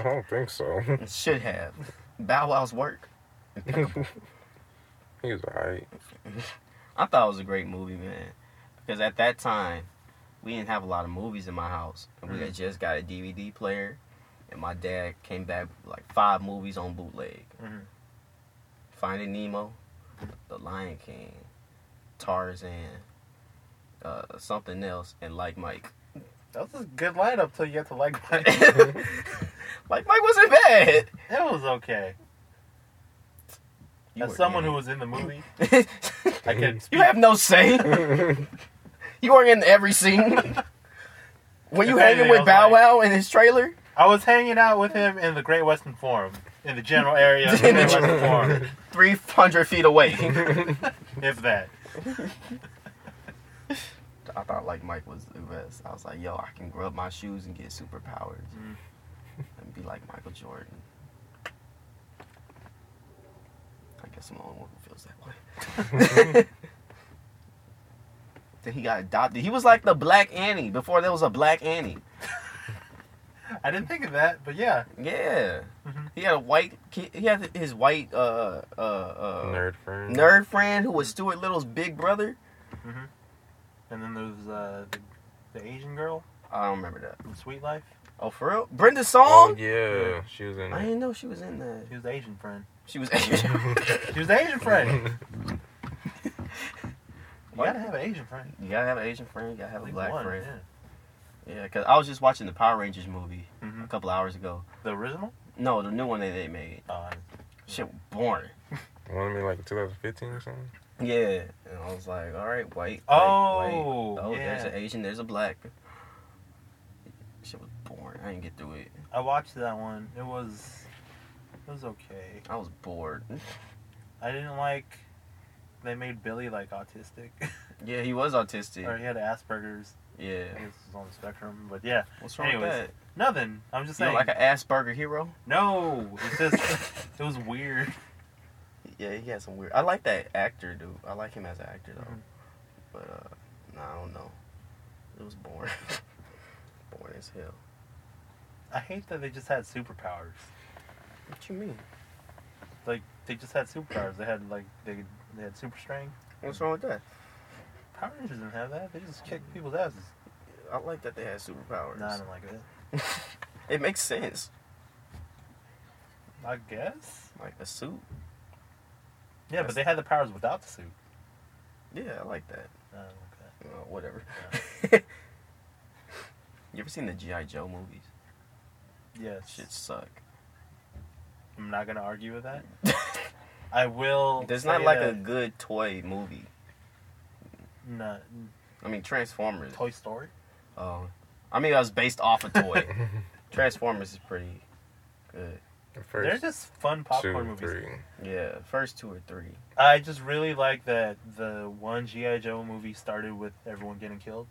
Speaker 3: I don't think so.
Speaker 2: It should have. Bow Wow's work.
Speaker 3: he was alright.
Speaker 2: I thought it was a great movie, man. Because at that time, we didn't have a lot of movies in my house. And we had
Speaker 1: Mm.
Speaker 2: just got a DVD player, and my dad came back with like five movies on bootleg
Speaker 1: Mhm.
Speaker 2: Finding Nemo, The Lion King, Tarzan, uh, something else, and Like Mike.
Speaker 1: that was a good lineup till you got to like Mike. it
Speaker 2: like Mike wasn't bad.
Speaker 1: was okay.
Speaker 2: You
Speaker 1: As
Speaker 2: were
Speaker 1: someone
Speaker 2: in
Speaker 1: who was in the movie,
Speaker 2: it.
Speaker 1: I could.
Speaker 2: you have no say. You weren't in every scene. Were
Speaker 1: If anything,
Speaker 2: you hanging
Speaker 1: I
Speaker 2: with
Speaker 1: was
Speaker 2: Bow
Speaker 1: like-
Speaker 2: Wow in his trailer?
Speaker 1: I was hanging out with him in the Great Western Forum, in the general area of the
Speaker 2: In the
Speaker 1: Great Western Forum,
Speaker 2: 300 feet away.
Speaker 1: if that.
Speaker 2: I thought like Mike was the best. I was like, yo, I can grub my shoes and get superpowers
Speaker 1: Mm.
Speaker 2: and be like Michael Jordan. I guess I'm the only one who feels that way. then he got adopted. He was like the Black Annie before there was a Black Annie.
Speaker 1: I didn't think of that, but yeah.
Speaker 2: Yeah,
Speaker 1: Mhm.
Speaker 2: he had a white kid. He had his white uh uh, uh
Speaker 3: Nerd friend.
Speaker 2: nerd friend who was Stuart Little's big brother.
Speaker 1: And then there was uh, the, the Asian girl
Speaker 2: I don't remember that.
Speaker 1: in Sweet Life.
Speaker 2: Oh, for real? Brenda
Speaker 3: Oh
Speaker 2: Song?
Speaker 3: yeah, she was in.
Speaker 2: I
Speaker 3: it.
Speaker 2: didn't know she was in that.
Speaker 1: She was the Asian friend.
Speaker 2: She was Asian.
Speaker 1: She was the Asian friend. You gotta have an Asian friend.
Speaker 2: you gotta have an Asian friend. You gotta
Speaker 1: At
Speaker 2: have a
Speaker 1: least
Speaker 2: black
Speaker 1: one,
Speaker 2: friend.
Speaker 1: yeah.
Speaker 2: Yeah, because I was just watching the Power Rangers movie a
Speaker 1: Mhm.
Speaker 2: couple hours ago.
Speaker 1: The original?
Speaker 2: No, the new one that they made.
Speaker 1: Uh,
Speaker 2: Shit, boring.
Speaker 3: Wanted me like 2015 or something.
Speaker 2: Yeah, and I was like, all right, white. white,
Speaker 1: Oh,
Speaker 2: white. oh, there's
Speaker 1: yeah.
Speaker 2: an Asian, there's a black. Shit was boring. I didn't get through it.
Speaker 1: I watched that one. It was. It was okay.
Speaker 2: I was bored.
Speaker 1: I didn't like. They made Billy like autistic,
Speaker 2: Yeah, he was
Speaker 1: or
Speaker 2: autistic.
Speaker 1: he had Asperger's.
Speaker 2: Yeah,
Speaker 1: I guess it was on the spectrum, but yeah,
Speaker 2: what's wrong
Speaker 1: Anyways,
Speaker 2: with
Speaker 1: nothing. I'm just
Speaker 2: that? You
Speaker 1: saying.
Speaker 2: know, like an Asperger hero.
Speaker 1: no, it's just it was weird.
Speaker 2: Yeah, he has some weird. I like that actor, dude. I like him as an actor though.
Speaker 1: Mhm.
Speaker 2: But uh, nah, I don't know. It was boring. boring as hell.
Speaker 1: I hate that they just had superpowers.
Speaker 2: What you mean?
Speaker 1: Like they just had superpowers. They had like they they had super strength.
Speaker 2: What's wrong with that?
Speaker 1: Power Rangers didn't have that. They just
Speaker 2: Mm.
Speaker 1: kicked people's asses.
Speaker 2: I like that they had superpowers.
Speaker 1: No, I don't like that.
Speaker 2: It makes sense.
Speaker 1: I guess.
Speaker 2: Like a suit.
Speaker 1: Yeah, but they had the powers without the suit.
Speaker 2: Yeah, I like that.
Speaker 1: I don't like that.
Speaker 2: Uh, whatever. you ever seen the GI Joe movies?
Speaker 1: Yes.
Speaker 2: Shit suck.
Speaker 1: I'm not gonna argue with that. I will.
Speaker 2: There's
Speaker 1: say
Speaker 2: not like
Speaker 1: that-
Speaker 2: a good toy movie.
Speaker 1: no,
Speaker 2: I mean Transformers.
Speaker 1: Toy Story.
Speaker 2: Um, I mean, I was based off a toy. Transformers is pretty good.
Speaker 3: The
Speaker 1: They're
Speaker 3: First
Speaker 1: just fun popcorn
Speaker 3: two,
Speaker 1: movies.
Speaker 3: three.
Speaker 2: Yeah, first two or three.
Speaker 1: I just really like that the one GI Joe movie started with everyone getting killed.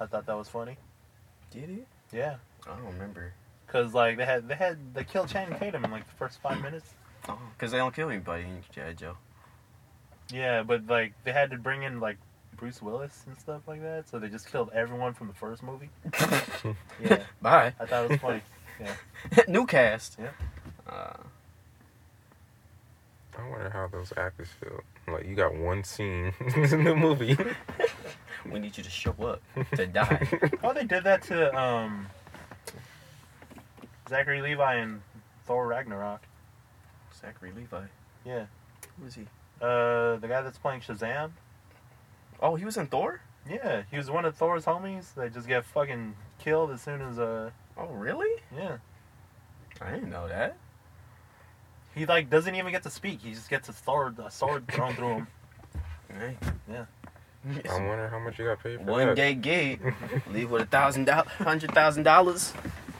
Speaker 1: I thought that was funny.
Speaker 2: Did it?
Speaker 1: Yeah,
Speaker 2: I don't remember.
Speaker 1: because like they had they had they killed Channing Tatum in like the first five minutes.
Speaker 2: Oh, because they don't kill anybody in G.I. Joe.
Speaker 1: Yeah, but like they had to bring in like Bruce Willis and stuff like that, so they just killed everyone from the first movie. yeah,
Speaker 2: Bye.
Speaker 1: I thought it was funny.
Speaker 2: New cast.
Speaker 1: Yeah.
Speaker 2: Uh,
Speaker 3: I wonder how those actors feel. Like you got one scene in the movie.
Speaker 2: we need you to show up to die.
Speaker 1: Oh, they did that to um Zachary Levi and Thor Ragnarok.
Speaker 2: Zachary Levi.
Speaker 1: Yeah.
Speaker 2: Who is he?
Speaker 1: Uh, the guy that's playing Shazam.
Speaker 2: Oh, he was in Thor?
Speaker 1: Yeah, he was one of Thor's homies. They just get fucking killed as soon as uh
Speaker 2: Oh, really?
Speaker 1: yeah.
Speaker 2: I didn't know that.
Speaker 1: He like doesn't even get to speak. He just gets a sword a sword thrown through him.
Speaker 2: Hey.
Speaker 1: Yeah.
Speaker 2: It's
Speaker 3: I wonder how much you got paid for
Speaker 2: One
Speaker 3: that.
Speaker 2: day gig, leave with a thousand dollars, hundred thousand dollars.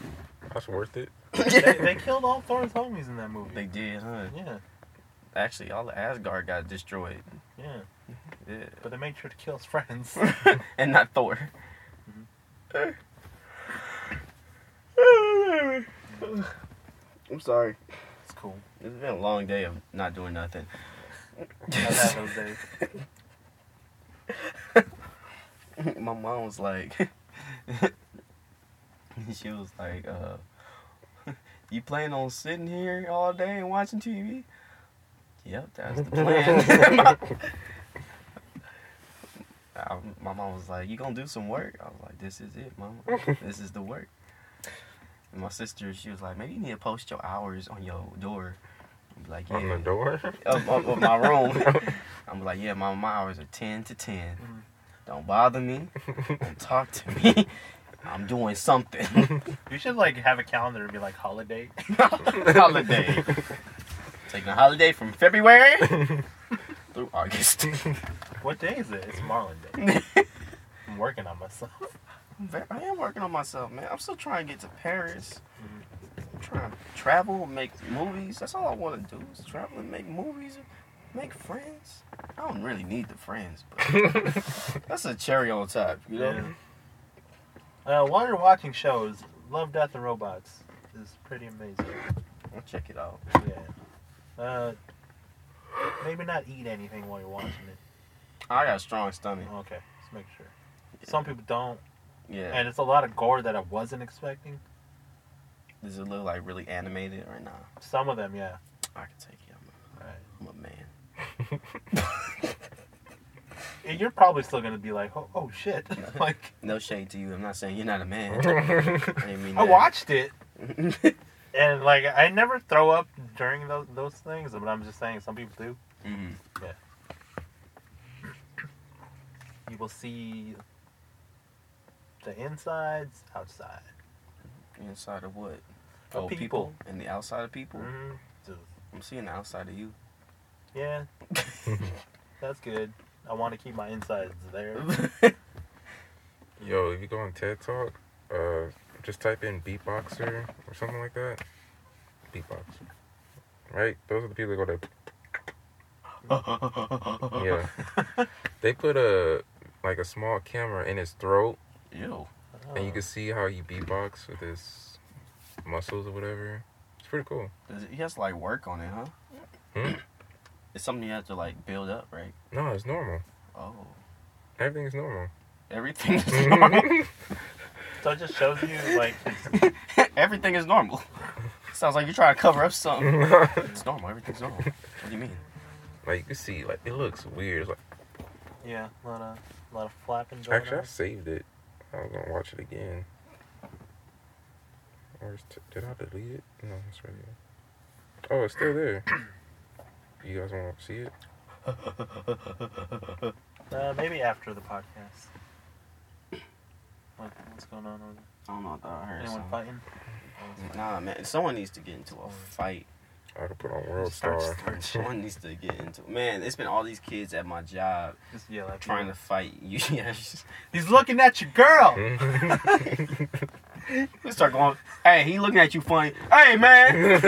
Speaker 3: That's worth it.
Speaker 1: they, they killed all Thor's homies in that movie.
Speaker 2: They did, huh?
Speaker 1: yeah,
Speaker 2: Actually, all the Asgard got destroyed.
Speaker 1: yeah.
Speaker 2: Yeah.
Speaker 1: But they made sure to kill his friends.
Speaker 2: and not Thor. I'm sorry.
Speaker 1: It's cool.
Speaker 2: It's been a long day of not doing nothing.
Speaker 1: I've had those days.
Speaker 2: My mom was like, she was like, uh, you plan on sitting here all day and watching TV? Yep, that's the plan. my, I- my mom was like, you gonna do some work? I was like, this is it, mama. This is the work. And my sister, she was like, maybe you need to post your hours on your door. I'm like, yeah.
Speaker 3: On the door?
Speaker 2: Of, of, of my room. I'm like, yeah, my, my hours are 10 to 10.
Speaker 1: Mhm.
Speaker 2: Don't bother me. Don't talk to me. I'm doing something.
Speaker 1: You should like have a calendar and be like holiday.
Speaker 2: holiday. Taking a holiday from February through August.
Speaker 1: What day is it? It's Marlin Day.
Speaker 2: I
Speaker 1: I'm working on myself.
Speaker 2: am working on myself, man. I'm still trying to get to Paris. I'm trying to travel, make movies. That's all I want to do is travel and make movies, make friends. I don't really need the friends, but that's a cherry on top, you know?
Speaker 1: Uh, while you're watching shows, Love, Death, and Robots is pretty amazing.
Speaker 2: I'll check it out.
Speaker 1: Yeah. Uh, maybe not eat anything while you're watching it.
Speaker 2: I got a strong stomach.
Speaker 1: Okay, let's make sure. Some people don't,
Speaker 2: Yeah.
Speaker 1: and it's a lot of gore that I wasn't expecting.
Speaker 2: Does it look like really animated or not?
Speaker 1: Some of them, yeah.
Speaker 2: I can take it. I'm
Speaker 1: Right.
Speaker 2: a, I'm a man.
Speaker 1: And you're probably still gonna be like, oh, oh shit! like
Speaker 2: No shade to you. I'm not saying you're not a man. I didn't mean
Speaker 1: I
Speaker 2: that.
Speaker 1: watched it, and like I never throw up during those those things, but I'm just saying some people do.
Speaker 2: Mhm.
Speaker 1: You will see the insides, outside.
Speaker 2: Inside of what? Oh,
Speaker 1: Of people.
Speaker 2: And the outside of people?
Speaker 1: hmm Dude.
Speaker 2: I'm seeing the outside of you.
Speaker 1: Yeah. That's good. I want to keep my insides there.
Speaker 3: Yo, if you go on TED Talk, uh, just type in beatboxer or something like that. Beatboxer. Right? Those are the people that go to
Speaker 2: Oh.
Speaker 3: yeah. they put a like a small camera in his throat,
Speaker 2: Ew.
Speaker 3: and
Speaker 1: Oh.
Speaker 3: you can see how he beatbox with his muscles or whatever. It's pretty cool.
Speaker 2: Does it, he has to like work on it, huh?
Speaker 3: Hmm?
Speaker 2: it's something you have to like build up, right?
Speaker 3: No, it's normal.
Speaker 2: Oh.
Speaker 3: Everything is normal.
Speaker 2: Everything is normal.
Speaker 1: So it just shows you, like,
Speaker 2: Everything is normal. Sounds like you're trying to cover up something. It's normal. Everything's normal. What do you mean?
Speaker 3: like you can see, like it looks weird. It's like
Speaker 1: yeah, a lot of, a lot of flapping going
Speaker 3: actually, I
Speaker 1: on.
Speaker 3: saved it. I was gonna watch it again. Where's t- did I delete it? No, it's right here. Oh, it's still there. You guys want to see it?
Speaker 1: Uh, maybe after the podcast. What, what's going on over there?
Speaker 2: I don't know. I thought I heard
Speaker 1: Anyone fighting?
Speaker 2: something. Nah, man. Someone needs to get into a fight.
Speaker 3: I could put on World
Speaker 2: Start-
Speaker 3: Star.
Speaker 2: start- Someone needs to get into. Man, it's been all these kids at my job
Speaker 1: Just yell at
Speaker 2: trying
Speaker 1: you.
Speaker 2: to fight you. Yeah, just-
Speaker 1: He's looking at your girl!
Speaker 2: they start going. Hey, he looking at you funny. Hey, man.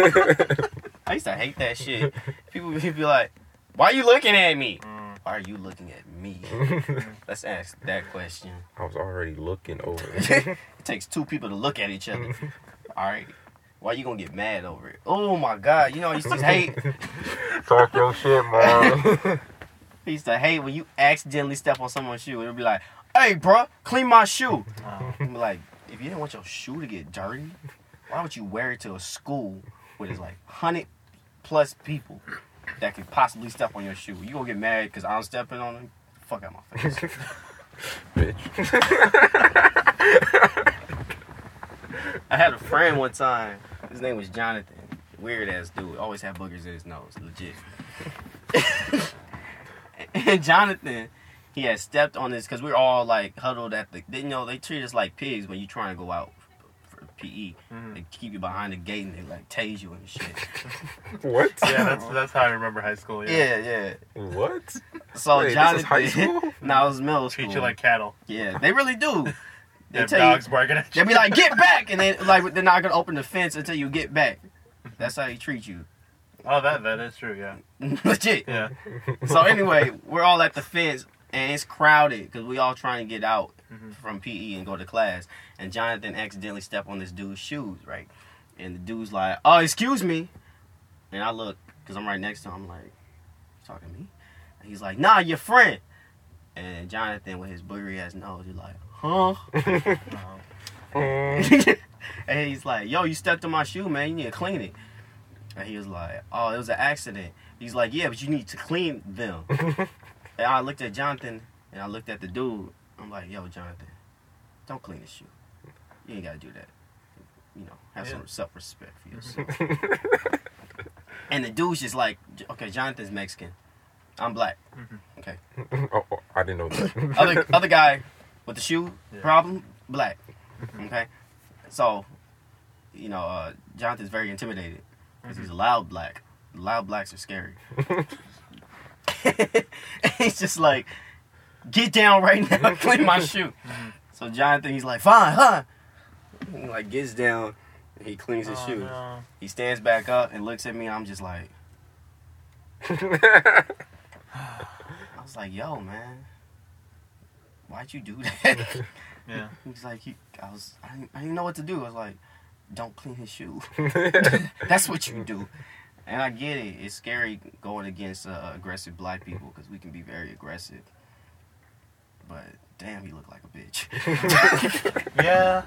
Speaker 2: I used to hate that shit. People would be like, "Why you looking at me?
Speaker 1: Mm,
Speaker 2: Why are you looking at me?" Let's ask that question.
Speaker 3: I was already looking over.
Speaker 2: it takes two people to look at each other. All right. Why you gonna get mad over it? Oh my god, you know I used to hate
Speaker 3: Talk your shit, man.
Speaker 2: I used to hate when you accidentally step on someone's shoe and it'll be like, hey bruh, clean my shoe.
Speaker 1: oh,
Speaker 2: And be like, if you didn't want your shoe to get dirty, why would you wear it to a school where there's like hundred plus people that could possibly step on your shoe? You gonna get mad because I'm stepping on them? Fuck out my face.
Speaker 3: Bitch.
Speaker 2: I had a friend one time. His name was Jonathan. weird ass dude. Always had boogers in his nose. Legit. and Jonathan, he had stepped on this because we were all like huddled at the. They, you know, they treat us like pigs when you trying to go out for E. PE.
Speaker 1: Mhm.
Speaker 2: They keep you behind the gate and they like tase you and shit.
Speaker 3: What?
Speaker 1: Yeah, that's that's how I remember high school. Yeah,
Speaker 2: yeah, yeah.
Speaker 3: What?
Speaker 2: So
Speaker 3: Wait, this is
Speaker 2: Jonathan,
Speaker 3: high school?
Speaker 2: now it's middle school.
Speaker 1: treat you like cattle.
Speaker 2: yeah, they really do. They
Speaker 1: Them
Speaker 2: tell you-
Speaker 1: dogs barking at you.
Speaker 2: They'll be like, get back, and then like they're not gonna open the fence until you get back. That's how they treat you,
Speaker 1: Oh, that that is true. Yeah,
Speaker 2: legit.
Speaker 1: yeah.
Speaker 2: So anyway, we're all at the fence, and it's crowded because we all trying to get out
Speaker 1: Mhm.
Speaker 2: from PE and go to class. And Jonathan accidentally stepped on this dude's shoes, right? And the dude's like, "Oh, excuse me," and I look because I'm right next to him. I'm like, "You "Talking to me?" And he's like, "Nah, your friend." And Jonathan with his boogery ass nose, he's like, "Huh?"
Speaker 3: Mm.
Speaker 2: and he's like, "Yo, you stepped on my shoe, man. You need to clean it." And he was like, "Oh, it was an accident." He's like, "Yeah, but you need to clean them." and I looked at Jonathan, and I looked at the dude. I'm like, "Yo, Jonathan, don't clean his shoe. You ain't gotta do that. You know, have
Speaker 1: Yeah.
Speaker 2: some self-respect for yourself." and the dude's just like, "Okay, Jonathan's Mexican. I'm black.
Speaker 3: oh, oh, I didn't know that.
Speaker 2: Other other guy with the shoe
Speaker 1: Yeah.
Speaker 2: problem, black. Okay, so." You know, uh, Jonathan's very intimidated. because
Speaker 1: Mm-hmm.
Speaker 2: he's a loud black. Loud blacks are scary. he's just like, get down right now, and clean my shoe. So Jonathan, he's like, fine, huh? And he like gets down and he cleans his
Speaker 1: Oh,
Speaker 2: shoes.
Speaker 1: no.
Speaker 2: He stands back up and looks at me. I'm just like, I was like, yo, man, why'd you do that?
Speaker 1: Yeah.
Speaker 2: he's like, he, I was, I didn't, I didn't know what to do. I was like, don't clean his shoe. That's what you do. And I get it. It's scary going against uh, aggressive black people because we can be very aggressive. But damn, he looked like a bitch.
Speaker 1: Yeah.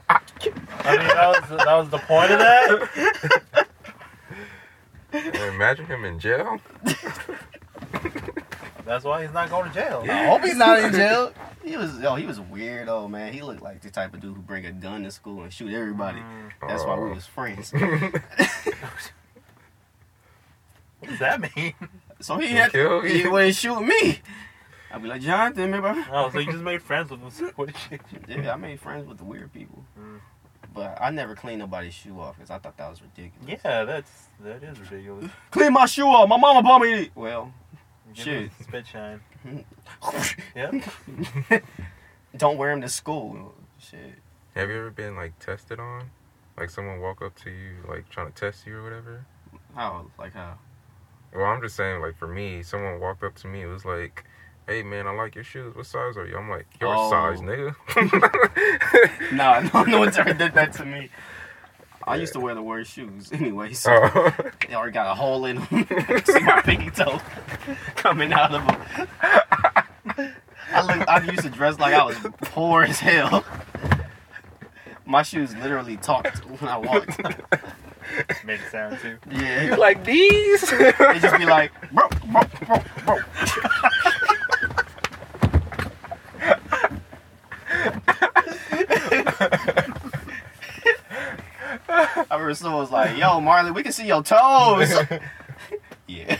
Speaker 1: I mean, that was that was the point of that.
Speaker 3: Imagine him in jail.
Speaker 1: That's why he's not going to jail.
Speaker 2: I hope he's not in jail. He was yo, he was a weirdo man. He looked like the type of dude who bring a gun to school and shoot everybody.
Speaker 1: Mm,
Speaker 2: That's why we
Speaker 3: Oh.
Speaker 2: was friends.
Speaker 1: what does that mean?
Speaker 2: So he
Speaker 3: He
Speaker 2: had
Speaker 3: killed
Speaker 2: he
Speaker 3: you?
Speaker 2: wouldn't shoot me. I'd be like Jonathan, remember?
Speaker 1: Oh, so you just made friends with him. What did you?
Speaker 2: Yeah, I made friends with the weird people.
Speaker 1: Mm.
Speaker 2: But I never cleaned nobody's shoe off because I thought that was ridiculous.
Speaker 1: Yeah, that's that is ridiculous.
Speaker 2: Clean my shoe off. My mama bought me. it. Well,
Speaker 1: Give him
Speaker 2: Shit.
Speaker 1: Spit shine. Yep.
Speaker 2: Don't wear them to school. Shit.
Speaker 3: Have you ever been like tested on? Like someone walk up to you, like trying to test you or whatever.
Speaker 2: How? Like how?
Speaker 3: Well, I'm just saying, like for me, someone walked up to me. It was like, "Hey, man, I like your shoes. What size are you?" I'm like, "Your
Speaker 2: Oh.
Speaker 3: size, nigga."
Speaker 2: Nah, no, no one's ever did that to me. I used to wear the worst shoes anyway, so
Speaker 3: Oh.
Speaker 2: they already got a hole in them. See my pinky toe coming out of them. I, look, I used to dress like I was poor as hell. My shoes literally talked when I walked.
Speaker 1: Make it sound too.
Speaker 2: Yeah,
Speaker 3: like these?
Speaker 2: they just be like, bro, bro, bro, bro. I remember someone was like, "Yo, Marley, we can see your toes." yeah.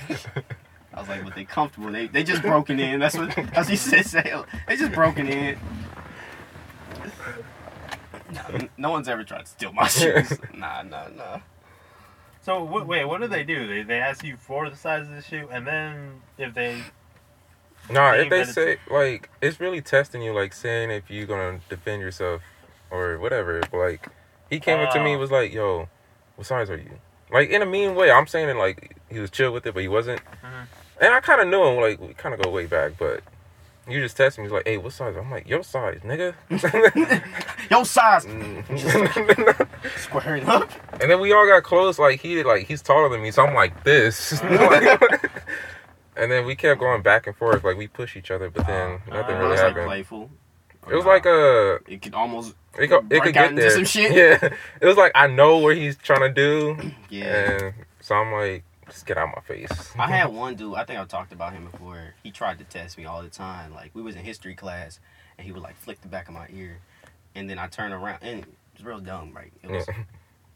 Speaker 2: I was like, "But they comfortable? They they just broken in. That's what that's what he said. Say, they just broken in." Nah, no one's ever tried to steal my shoes. Nah, nah, nah.
Speaker 1: So wh- wait, what do they do? They they ask you for the size of the shoe, and then if they
Speaker 3: nah, if
Speaker 1: Game
Speaker 3: they
Speaker 1: edit.
Speaker 3: say like it's really testing you, like saying if you're gonna defend yourself or whatever. Like he came up to me
Speaker 1: Oh.
Speaker 3: was like, "Yo, what size are you?" Like in a mean way. I'm saying it like he was chill with it, but he wasn't.
Speaker 1: Mhm.
Speaker 3: And I kind of knew him. Like we kind of go way back, but. You just text me. He's like, "Hey, what size?" I'm like, "Your size, nigga."
Speaker 2: Yo, size
Speaker 3: Mm.
Speaker 2: squaring up.
Speaker 3: And then we all got close. Like he, like he's taller than me, so I'm like this. and then we kept going back and forth. Like we push each other, but then nothing
Speaker 1: Uh,
Speaker 2: It
Speaker 3: really
Speaker 2: was like
Speaker 3: happened.
Speaker 2: playful.
Speaker 3: it was like a.
Speaker 2: it could almost
Speaker 3: It, go, it
Speaker 2: Break
Speaker 3: could
Speaker 2: out
Speaker 3: get
Speaker 2: into
Speaker 3: there.
Speaker 2: some shit.
Speaker 3: Yeah, it was like I know what he's trying to do,
Speaker 2: yeah.
Speaker 3: and so I'm like, just get out of my face.
Speaker 2: I had one dude. I think I talked about him before. He tried to test me all the time. Like we was in history class, and he would like flick the back of my ear, and then I turn around, and it was real dumb, right? It was,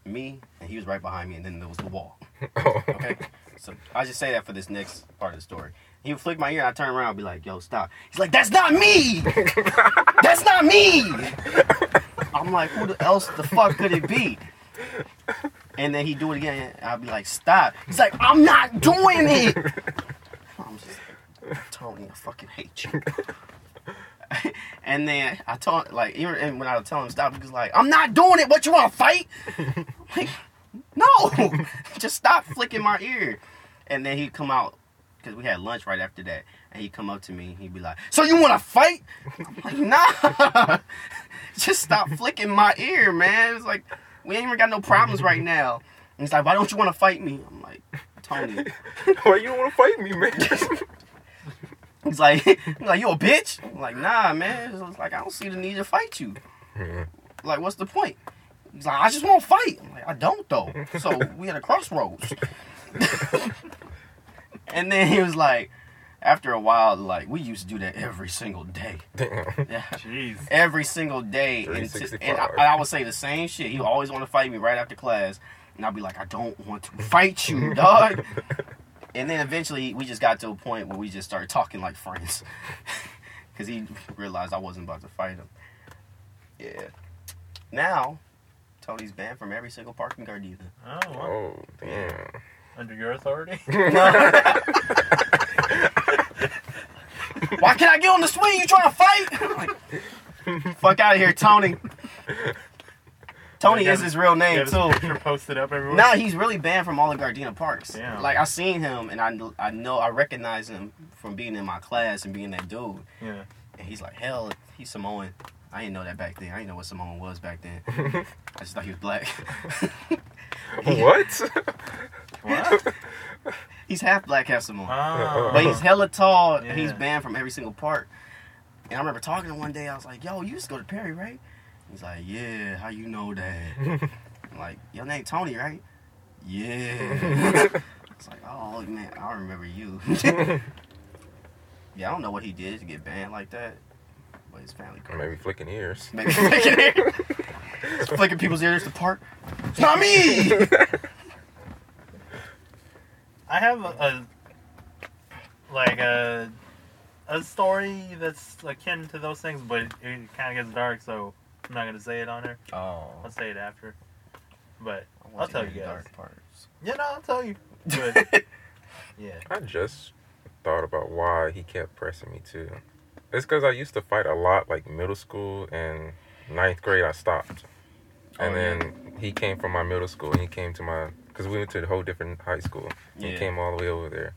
Speaker 2: me, and he was right behind me, and then there was the wall.
Speaker 3: Oh.
Speaker 2: Okay? so I just say that for this next part of the story. He would flick my ear, and I turn around and be like, yo, stop. He's like, that's not me! that's not me! I'm like, who the else the fuck could it be? And then he'd do it again, and I'd be like, stop. He's like, I'm not doing it! I'm just like, Tony, I fucking hate you. and then I told, like, even and when I would tell him stop, he was like, I'm not doing it. What, you want to fight? I'm like, no, just stop flicking my ear. And then he'd come out, because we had lunch right after that, and he'd come up to me, he'd be like, So you want to fight? I'm like, Nah, just stop flicking my ear, man. It's like, we ain't even got no problems right now. And he's like, Why don't you want to fight me? I'm like, Tony.
Speaker 3: Why you don't want to fight me, man?
Speaker 2: He's like, he's like, you a bitch? I'm like, nah, man. It's like, I don't see the need to fight you. Like, what's the point? He's like, I just won't fight. I'm like, I don't though. So we at a crossroads. and then he was like, after a while, like we used to do that every single day.
Speaker 3: Damn.
Speaker 2: Yeah.
Speaker 1: Jeez.
Speaker 2: Every single day, and, t-
Speaker 3: 365.
Speaker 2: and I, I would say the same shit. He would always want to fight me right after class, and I'd be like, "I don't want to fight you, dog." and then eventually, we just got to a point where we just started talking like friends, because he realized I wasn't about to fight him. Yeah. Now, Tony's banned from every single park in Gardena.
Speaker 1: Oh, well,
Speaker 3: Oh, damn.
Speaker 1: under your authority.
Speaker 2: Why can't I get on the swing? You trying to fight? Like, Fuck out of here, Tony. Tony is his real
Speaker 1: Yeah,
Speaker 2: name
Speaker 1: this
Speaker 2: too.
Speaker 1: picture posted up everywhere.
Speaker 2: No, he's really banned from all of Gardena parks.
Speaker 1: Damn.
Speaker 2: Like I seen him, and I kn- I know I recognize him from being in my class and being that dude.
Speaker 1: Yeah.
Speaker 2: And he's like, hell, he's Samoan. I didn't know that back then. I didn't know what Samoan was back then. I just thought he was black.
Speaker 3: What?
Speaker 1: What?
Speaker 2: he's half black, half Samoan.
Speaker 1: Oh.
Speaker 2: But he's hella tall. and He's
Speaker 1: Yeah.
Speaker 2: banned from every single park. And I remember talking to him one day. I was like, "Yo, you used to go to Perry, right?" He's like, "Yeah. How you know that?" I'm like, "Your name Tony, right?" Yeah. it's like, oh man, I remember you. yeah, I don't know what he did to get banned like that, but his family.
Speaker 3: Or Maybe flicking ears.
Speaker 2: Maybe flicking ears. flicking people's ears to park. It's not me.
Speaker 1: I have a, a like a a story that's akin to those things, but it, it kind of gets dark, so I'm not gonna say it on here.
Speaker 2: Oh.
Speaker 1: I'll say it after. But
Speaker 2: I
Speaker 1: I'll tell you guys. yeah, no, I'll tell you. But
Speaker 2: parts.
Speaker 1: yeah,
Speaker 3: I just thought about why he kept pressing me too. It's because I used to fight a lot, like middle school and ninth grade. I stopped, and
Speaker 2: Oh, yeah.
Speaker 3: then he came from my middle school and he came to my because we went to a whole different high school. He
Speaker 2: Yeah.
Speaker 3: came all the way over there.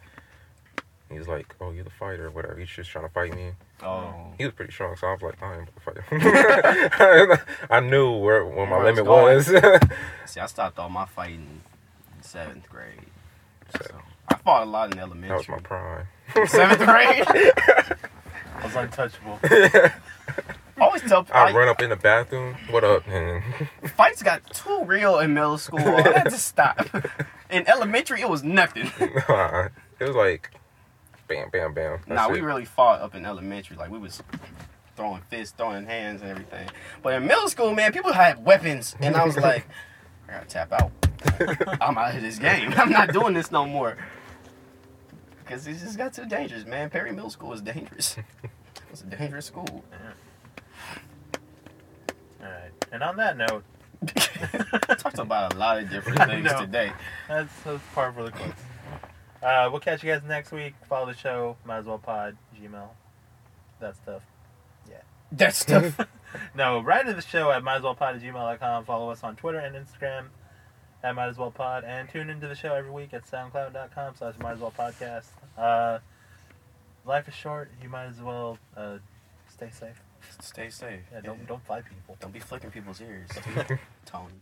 Speaker 3: He was like, "Oh, you're the fighter, whatever." He's just trying to fight me.
Speaker 2: oh.
Speaker 3: He was pretty strong, so I was like, "I ain't gonna fight him." I knew where where my
Speaker 2: Where it's
Speaker 3: limit
Speaker 2: going.
Speaker 3: was.
Speaker 2: See, I stopped all my fighting in seventh grade. So
Speaker 3: So.
Speaker 2: I fought a lot in
Speaker 3: that was my
Speaker 2: elementary.
Speaker 3: prime.
Speaker 2: seventh grade.
Speaker 1: I was untouchable.
Speaker 2: I always tell
Speaker 3: I
Speaker 2: I,
Speaker 3: run up in the bathroom. What up? And
Speaker 2: fights got too real in middle school. I had to stop. In elementary, it was nothing.
Speaker 3: Nah, it was like, bam, bam, bam. That's
Speaker 2: nah, we
Speaker 3: it.
Speaker 2: really fought up in elementary. Like we was throwing fists, throwing hands, and everything. But in middle school, man, people had weapons, and I was like, I gotta tap out. I'm out of this game. I'm not doing this no more. Because it just got too dangerous, man. Perry Middle School is dangerous. It's a dangerous school.
Speaker 1: All right. And on that note,
Speaker 2: Talked about a lot of different
Speaker 1: I
Speaker 2: things
Speaker 1: know.
Speaker 2: today.
Speaker 1: that's that's part for the course. Uh, we'll catch you guys next week. Follow the show. Might as well pod Gmail. That stuff.
Speaker 2: That stuff.
Speaker 1: No, write to the show at mightaswellpod at gmail.com. Follow us on Twitter and Instagram at mightaswellpod. And tune into the show every week at soundcloud.com slash mightaswellpodcast. Uh, life is short. You might as well uh, stay safe.
Speaker 2: Stay safe.
Speaker 1: Yeah, don't, don't fight people.
Speaker 2: Don't be flicking people's ears, Tony.